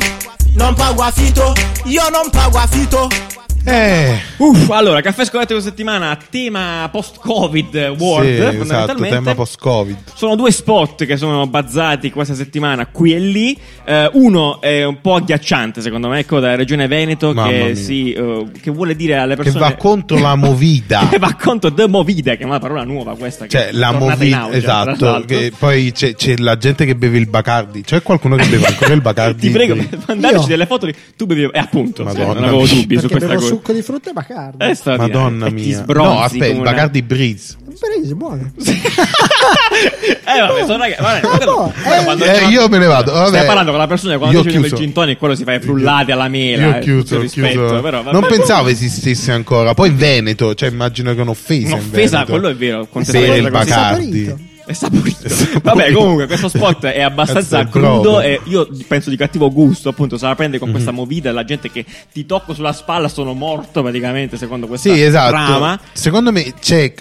S14: non pago affitto, io non pago affitto.
S3: Eh.
S1: Uff, allora, caffè scorretto questa settimana, tema post-Covid world,
S3: Sì, esatto,
S1: fondamentalmente.
S3: tema post-Covid.
S1: Sono due spot che sono bazzati questa settimana qui e lì. Eh, uno è un po' agghiacciante, secondo me, ecco, della regione Veneto
S3: Mamma
S1: che,
S3: mia.
S1: si, eh, che vuole dire alle
S3: Che
S1: persone
S3: va contro la movida.
S1: che va contro The Movida, che è una parola nuova questa.
S3: Cioè,
S1: che è
S3: la
S1: tornata in
S3: movida,
S1: auge, tra
S3: esatto.
S1: l'altro.
S3: che poi c'è, c'è la gente che beve il Bacardi. C'è qualcuno che beve ancora il Bacardi?
S1: Ti prego,
S3: Sì.
S1: mandateci
S3: Io?
S1: delle foto di tu bevi e appunto, sì,
S3: Madonna
S1: non avevo
S3: mia.
S1: dubbi su
S2: Perché
S1: questa
S2: bevo
S1: cosa.
S2: succo di frutta e bacardi.
S3: Eh,
S1: È straordinario.
S3: Madonna
S1: E ti
S3: mia.
S1: sbronzi
S3: No, aspetta,
S1: come
S3: il
S1: una-
S3: Bacardi Breeze.
S2: Brisi, buono.
S1: Eh, vabbè, sono ragazzi. vabbè, quello quando-
S3: Eh, io me ne vado. Vabbè.
S1: Stai parlando con la persona che quando
S3: Io ho
S1: ci vede il
S3: chiuso.
S1: gin tonic, quello si fa i frullati alla mela.
S3: Io ho
S1: eh,
S3: chiuso,
S1: tutto
S3: ho
S1: il rispetto,
S3: chiuso.
S1: però, vabbè.
S3: non pensavo esistesse ancora. Poi Veneto, cioè immagino che è un'offesa. in
S1: Un'offesa,
S3: Veneto.
S1: quello è vero, contestuale
S3: Bere il
S1: cosa-
S3: Bacardi.
S1: È saporito. Vabbè, comunque, questo spot è abbastanza
S3: Cazzo, è
S1: crudo
S3: brodo.
S1: e io penso di cattivo gusto. Appunto, se la prende con
S3: Mhm.
S1: questa movida, la gente che ti tocco sulla spalla sono morto praticamente, secondo questa
S3: Sì, esatto.
S1: trama.
S3: Secondo me c'è-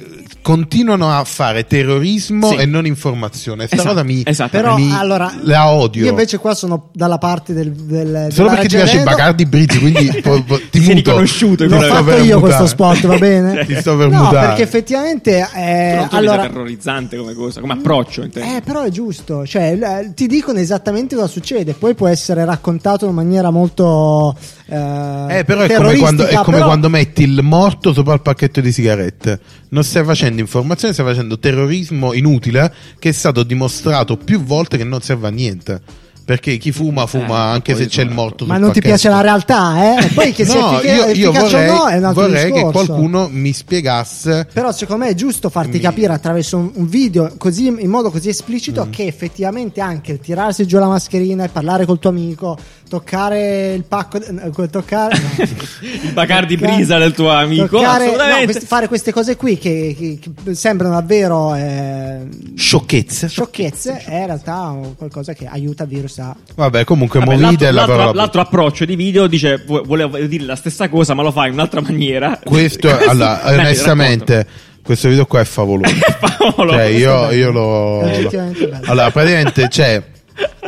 S3: continuano a fare terrorismo
S1: Sì.
S3: e non informazione. Sta
S1: Esatto,
S3: cosa mi,
S1: esatto.
S2: Però
S3: mi-
S2: allora
S3: la odio.
S2: Io invece qua sono dalla parte del, del
S3: Solo
S2: della
S3: perché ti piace
S2: Reggia
S3: il
S2: Veneto.
S3: Bacardi Briti, quindi po- po- ti
S1: Sei
S3: muto.
S1: riconosciuto in
S3: Ti
S1: quello
S3: sto
S1: che-
S3: per
S2: Fatto io
S3: mutare.
S2: questo spot, va bene?
S3: Ti sto per
S2: no,
S3: mutare.
S2: perché effettivamente eh,
S1: Però tu
S2: allora
S1: sei terrorizzante come cosa, come approccio. intendo.
S2: Eh, però è giusto, cioè l- ti dicono esattamente cosa succede, poi può essere raccontato in maniera molto eh,
S3: Eh, però è come,
S2: terroristica,
S3: quando, è come
S2: però-
S3: quando metti il morto sopra il pacchetto di sigarette. Non stai facendo informazione, stai facendo terrorismo inutile che è stato dimostrato più volte che non serve a niente. Perché chi
S1: Eh,
S3: fuma, fuma anche se c'è il morto
S2: Ma
S3: sul
S2: non ti
S3: pacchetto.
S2: piace la realtà, eh? Poi che sia
S3: No,
S2: effica-
S3: io, io
S2: efficace
S3: vorrei,
S2: o no è un altro
S3: vorrei
S2: discorso.
S3: che qualcuno mi spiegasse
S2: Però secondo me è giusto farti capire attraverso un, un video così, in modo così
S1: Mm.
S2: esplicito che effettivamente anche il tirarsi giù la mascherina e parlare col tuo amico, toccare il pacco, eh, toccare...
S1: Il
S3: eh,
S1: Bacardi Brisa del tuo amico.
S2: Toccare-
S1: assolutamente.
S2: no, quest- fare queste cose qui che, che- che sembrano davvero eh,
S3: sciocchezze.
S2: sciocchezze, è in realtà qualcosa che aiuta il virus a.
S3: Vabbè, comunque,
S1: Vabbè, l'altro,
S3: movida è la
S1: l'altro-
S3: parola.
S1: l'altro approccio di video dice "Vo- volevo dire la stessa cosa ma lo fa in un'altra maniera
S3: Questo,
S1: Eh,
S3: allora,
S1: Dai,
S3: onestamente, questo video qua è favoloso.
S1: Paolo,
S3: cioè, io,
S2: questo è
S3: io
S2: È
S1: Oh.
S3: lo.
S2: Eh, effettivamente bello.
S3: Allora, praticamente c'è.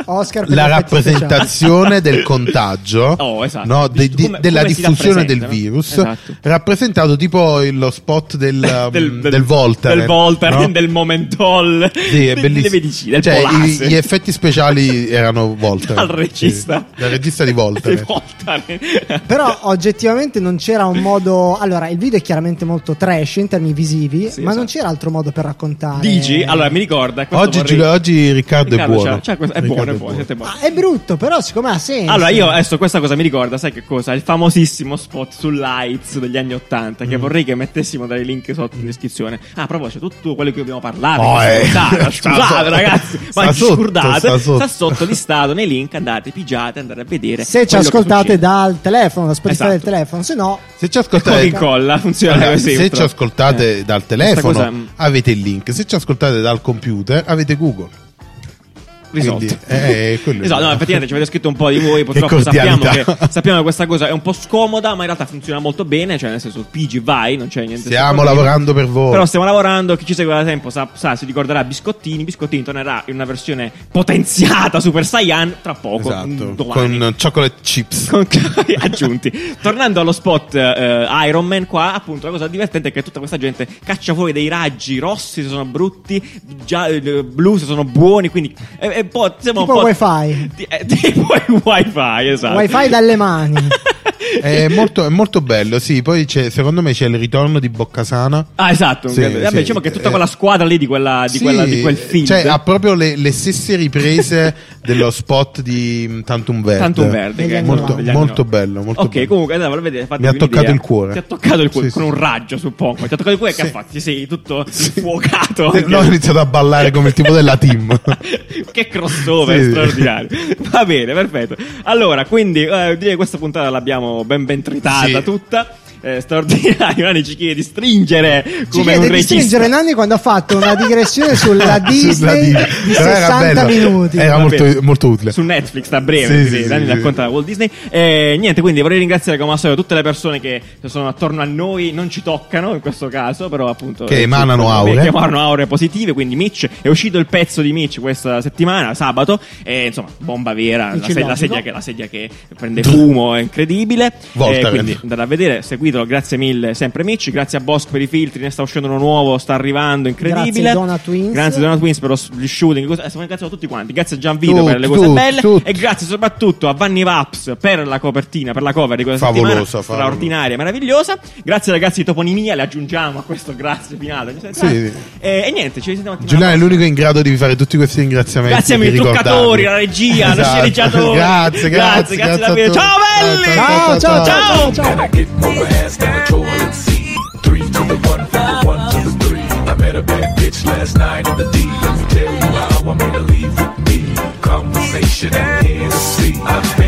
S2: Oscar per
S3: la
S2: effetti speciali.
S3: rappresentazione del contagio
S1: Oh, esatto.
S3: no, de-
S1: Di-
S3: di-
S1: come-
S3: della
S1: come si
S3: diffusione del
S1: rappresenta, no?
S3: virus
S1: Esatto.
S3: rappresentato tipo il- lo spot del,
S1: del,
S3: mm, del Voltaren,
S1: del Voltaren,
S3: no?
S1: del Momentol
S3: Sì, è
S1: del-
S3: bellissimo.
S1: delle medicine, del
S3: Cioè, i-
S1: Polase
S3: gli effetti speciali erano Voltaren
S1: Dal regista. eh.
S3: Sì, dal regista di eh.
S1: del
S3: Voltaren
S1: Voltaren.
S2: Però oggettivamente non c'era un modo. Allora, il video è chiaramente molto trash in termini visivi,
S1: Sì,
S2: ma non
S1: esatto.
S2: c'era altro modo per raccontare.
S1: Digi allora mi ricorda questo
S3: Eh. oggi,
S1: vorrei-
S3: Giulio- oggi Riccardo,
S1: Riccardo,
S3: è buono
S1: c'ha- c'ha questo- è
S3: Riccardo
S1: buono, è buono, siete buoni.
S2: Ah, è brutto, però siccome ha
S3: Eh,
S2: senso.
S1: Allora, io adesso questa cosa mi ricorda, sai che cosa? Il famosissimo spot su Lights degli anni Ottanta.
S3: Mm.
S1: Che vorrei che mettessimo dai link sotto in descrizione. Ah, a proposito, tutto quello che abbiamo parlato.
S3: Oh,
S1: che
S3: eh.
S1: si è ascoltato,
S3: Sta
S1: Scusate,
S3: sotto.
S1: ragazzi,
S3: Sta
S1: ma ci
S3: sotto,
S1: scordate.
S3: sta sotto.
S1: Sta sotto listato nei link. Andate, pigiate, andate a vedere.
S2: se ci
S1: quello che
S2: ascoltate
S1: succede.
S2: dal telefono, da Spotify
S1: Esatto.
S2: del telefono, se no.
S3: se
S1: Copia
S3: ci
S1: e
S3: ascoltate
S1: incolla, funziona
S3: Allora,
S1: cioè, così.
S3: se ci
S1: purtroppo.
S3: ascoltate
S1: Eh.
S3: dal
S1: Questa cosa,
S3: telefono
S1: mm,
S3: avete il link se ci ascoltate dal computer avete Google
S1: risolto.
S3: Quindi, eh, quello è
S1: esatto, no,
S3: vero.
S1: effettivamente ci avete scritto un po' di voi, purtroppo
S3: Che
S1: sappiamo che,
S3: cordialità.
S1: sappiamo che questa cosa è un po' scomoda, ma in realtà funziona molto bene, cioè nel senso PG vai, non c'è niente.
S3: Stiamo
S1: problema.
S3: lavorando per voi.
S1: Però stiamo lavorando, chi ci segue da tempo sa, sa, si ricorderà Biscottini, Biscottini tornerà in una versione potenziata Super Saiyan tra poco,
S3: Esatto,
S1: domani.
S3: con chocolate chips.
S1: Con cari aggiunti. Tornando allo spot eh, Iron Man, qua appunto la cosa divertente è che tutta questa gente caccia fuori dei raggi rossi se sono brutti, gia- eh, blu se sono buoni, quindi è, è un po', sembra
S2: Tipo
S1: un po'
S2: wifi.
S1: ti- eh, tipo il wifi, esatto.
S2: Wifi dalle mani.
S3: È molto, è molto bello, sì. Poi c'è- secondo me c'è il ritorno di Boccasana.
S1: Ah, esatto. un
S3: Sì,
S1: grande- vabbè,
S3: sì.
S1: diciamo che tutta quella squadra lì di, quella, Ah, di,
S3: Sì,
S1: quella- di quel film.
S3: Cioè, ha proprio le, le stesse riprese dello spot di mm, Tantum Verde.
S1: Tantum Verde, che è
S3: molto,
S1: degli anni novanta.
S3: molto bello. Molto
S1: ok,
S3: bello.
S1: comunque allora, vedete, fatevi
S3: Mi ha toccato
S1: un'idea.
S3: il cuore.
S1: Ti ha toccato il cuore
S3: Sì,
S1: con
S3: sì,
S1: un
S3: sì.
S1: raggio, suppongo. Ti ha toccato il cuore che ha fatto? Sei tutto sfuocato.
S3: Eh, No, ho iniziato a ballare come il tipo della team.
S1: che crossover
S3: Sì, sì.
S1: straordinario. Va bene, perfetto. Allora, quindi eh, direi che questa puntata l'abbiamo ben ben tritata
S3: Sì.
S1: tutta. Eh, straordinario, Nani ci chiede di stringere
S2: Ci
S1: come un
S2: chiede di
S1: regista.
S2: stringere Nanni quando ha fatto una digressione sulla Disney
S3: Disney.
S2: di
S3: Però era
S2: 60
S3: bello.
S2: minuti.
S3: Era
S1: Va bene.
S3: molto, molto utile.
S1: Su Netflix da breve,
S3: Sì,
S1: quindi
S3: sì, sì,
S1: Dani
S3: sì.
S1: racconta Walt Disney. Eh, niente, quindi vorrei ringraziare come al solito tutte le persone che sono attorno a noi, non ci toccano in questo caso, però appunto...
S3: Che
S1: eh,
S3: emanano
S1: ci-
S3: aure.
S1: Che emanano aure positive, quindi Mitch, è uscito il pezzo di Mitch questa settimana, sabato, e insomma, bomba vera, la,
S2: Mitch
S1: se- la
S2: logico.
S1: sedia che, la sedia che prende fumo, è incredibile. Eh,
S3: Voltaren.
S1: quindi andate a vedere, seguitelo, grazie mille sempre Mitch, grazie a Bosch per i filtri, ne sta uscendo uno nuovo, sta arrivando, incredibile.
S2: Grazie Dona Twins.
S1: Grazie Dona Twins per lo s- gli shooting, cose- eh, grazie a tutti quanti, grazie a Gianvito
S3: Tutti,
S1: per le cose
S3: tutti,
S1: belle
S3: tutti.
S1: e grazie soprattutto a Vanni Vaps per la copertina, per la cover di questa
S3: Favolosa,
S1: settimana
S3: favolosa.
S1: straordinaria, meravigliosa. Grazie ragazzi di Toponimia, le aggiungiamo a questo grazie finale. Eh,
S3: Sì.
S1: E, e niente, ci sentiamo settimana
S3: Giuliano è
S1: prossima.
S3: l'unico in grado di fare tutti questi ringraziamenti.
S1: Grazie ai miei
S3: di ricordarli.
S1: truccatori, alla regia, allo
S3: Esatto.
S1: sceneggiatore. Grazie,
S3: Grazie,
S1: grazie
S3: grazie, grazie a
S1: davvero.
S3: tutti.
S1: Ciao belli!
S2: Ciao, ciao, ciao, ciao.
S10: And I get more ass than a toilet seat. Three to the one, from the one to the three. I met a bad bitch last night in the D. Let me tell you how I'm gonna leave with me. Conversation and Hennessy. I've been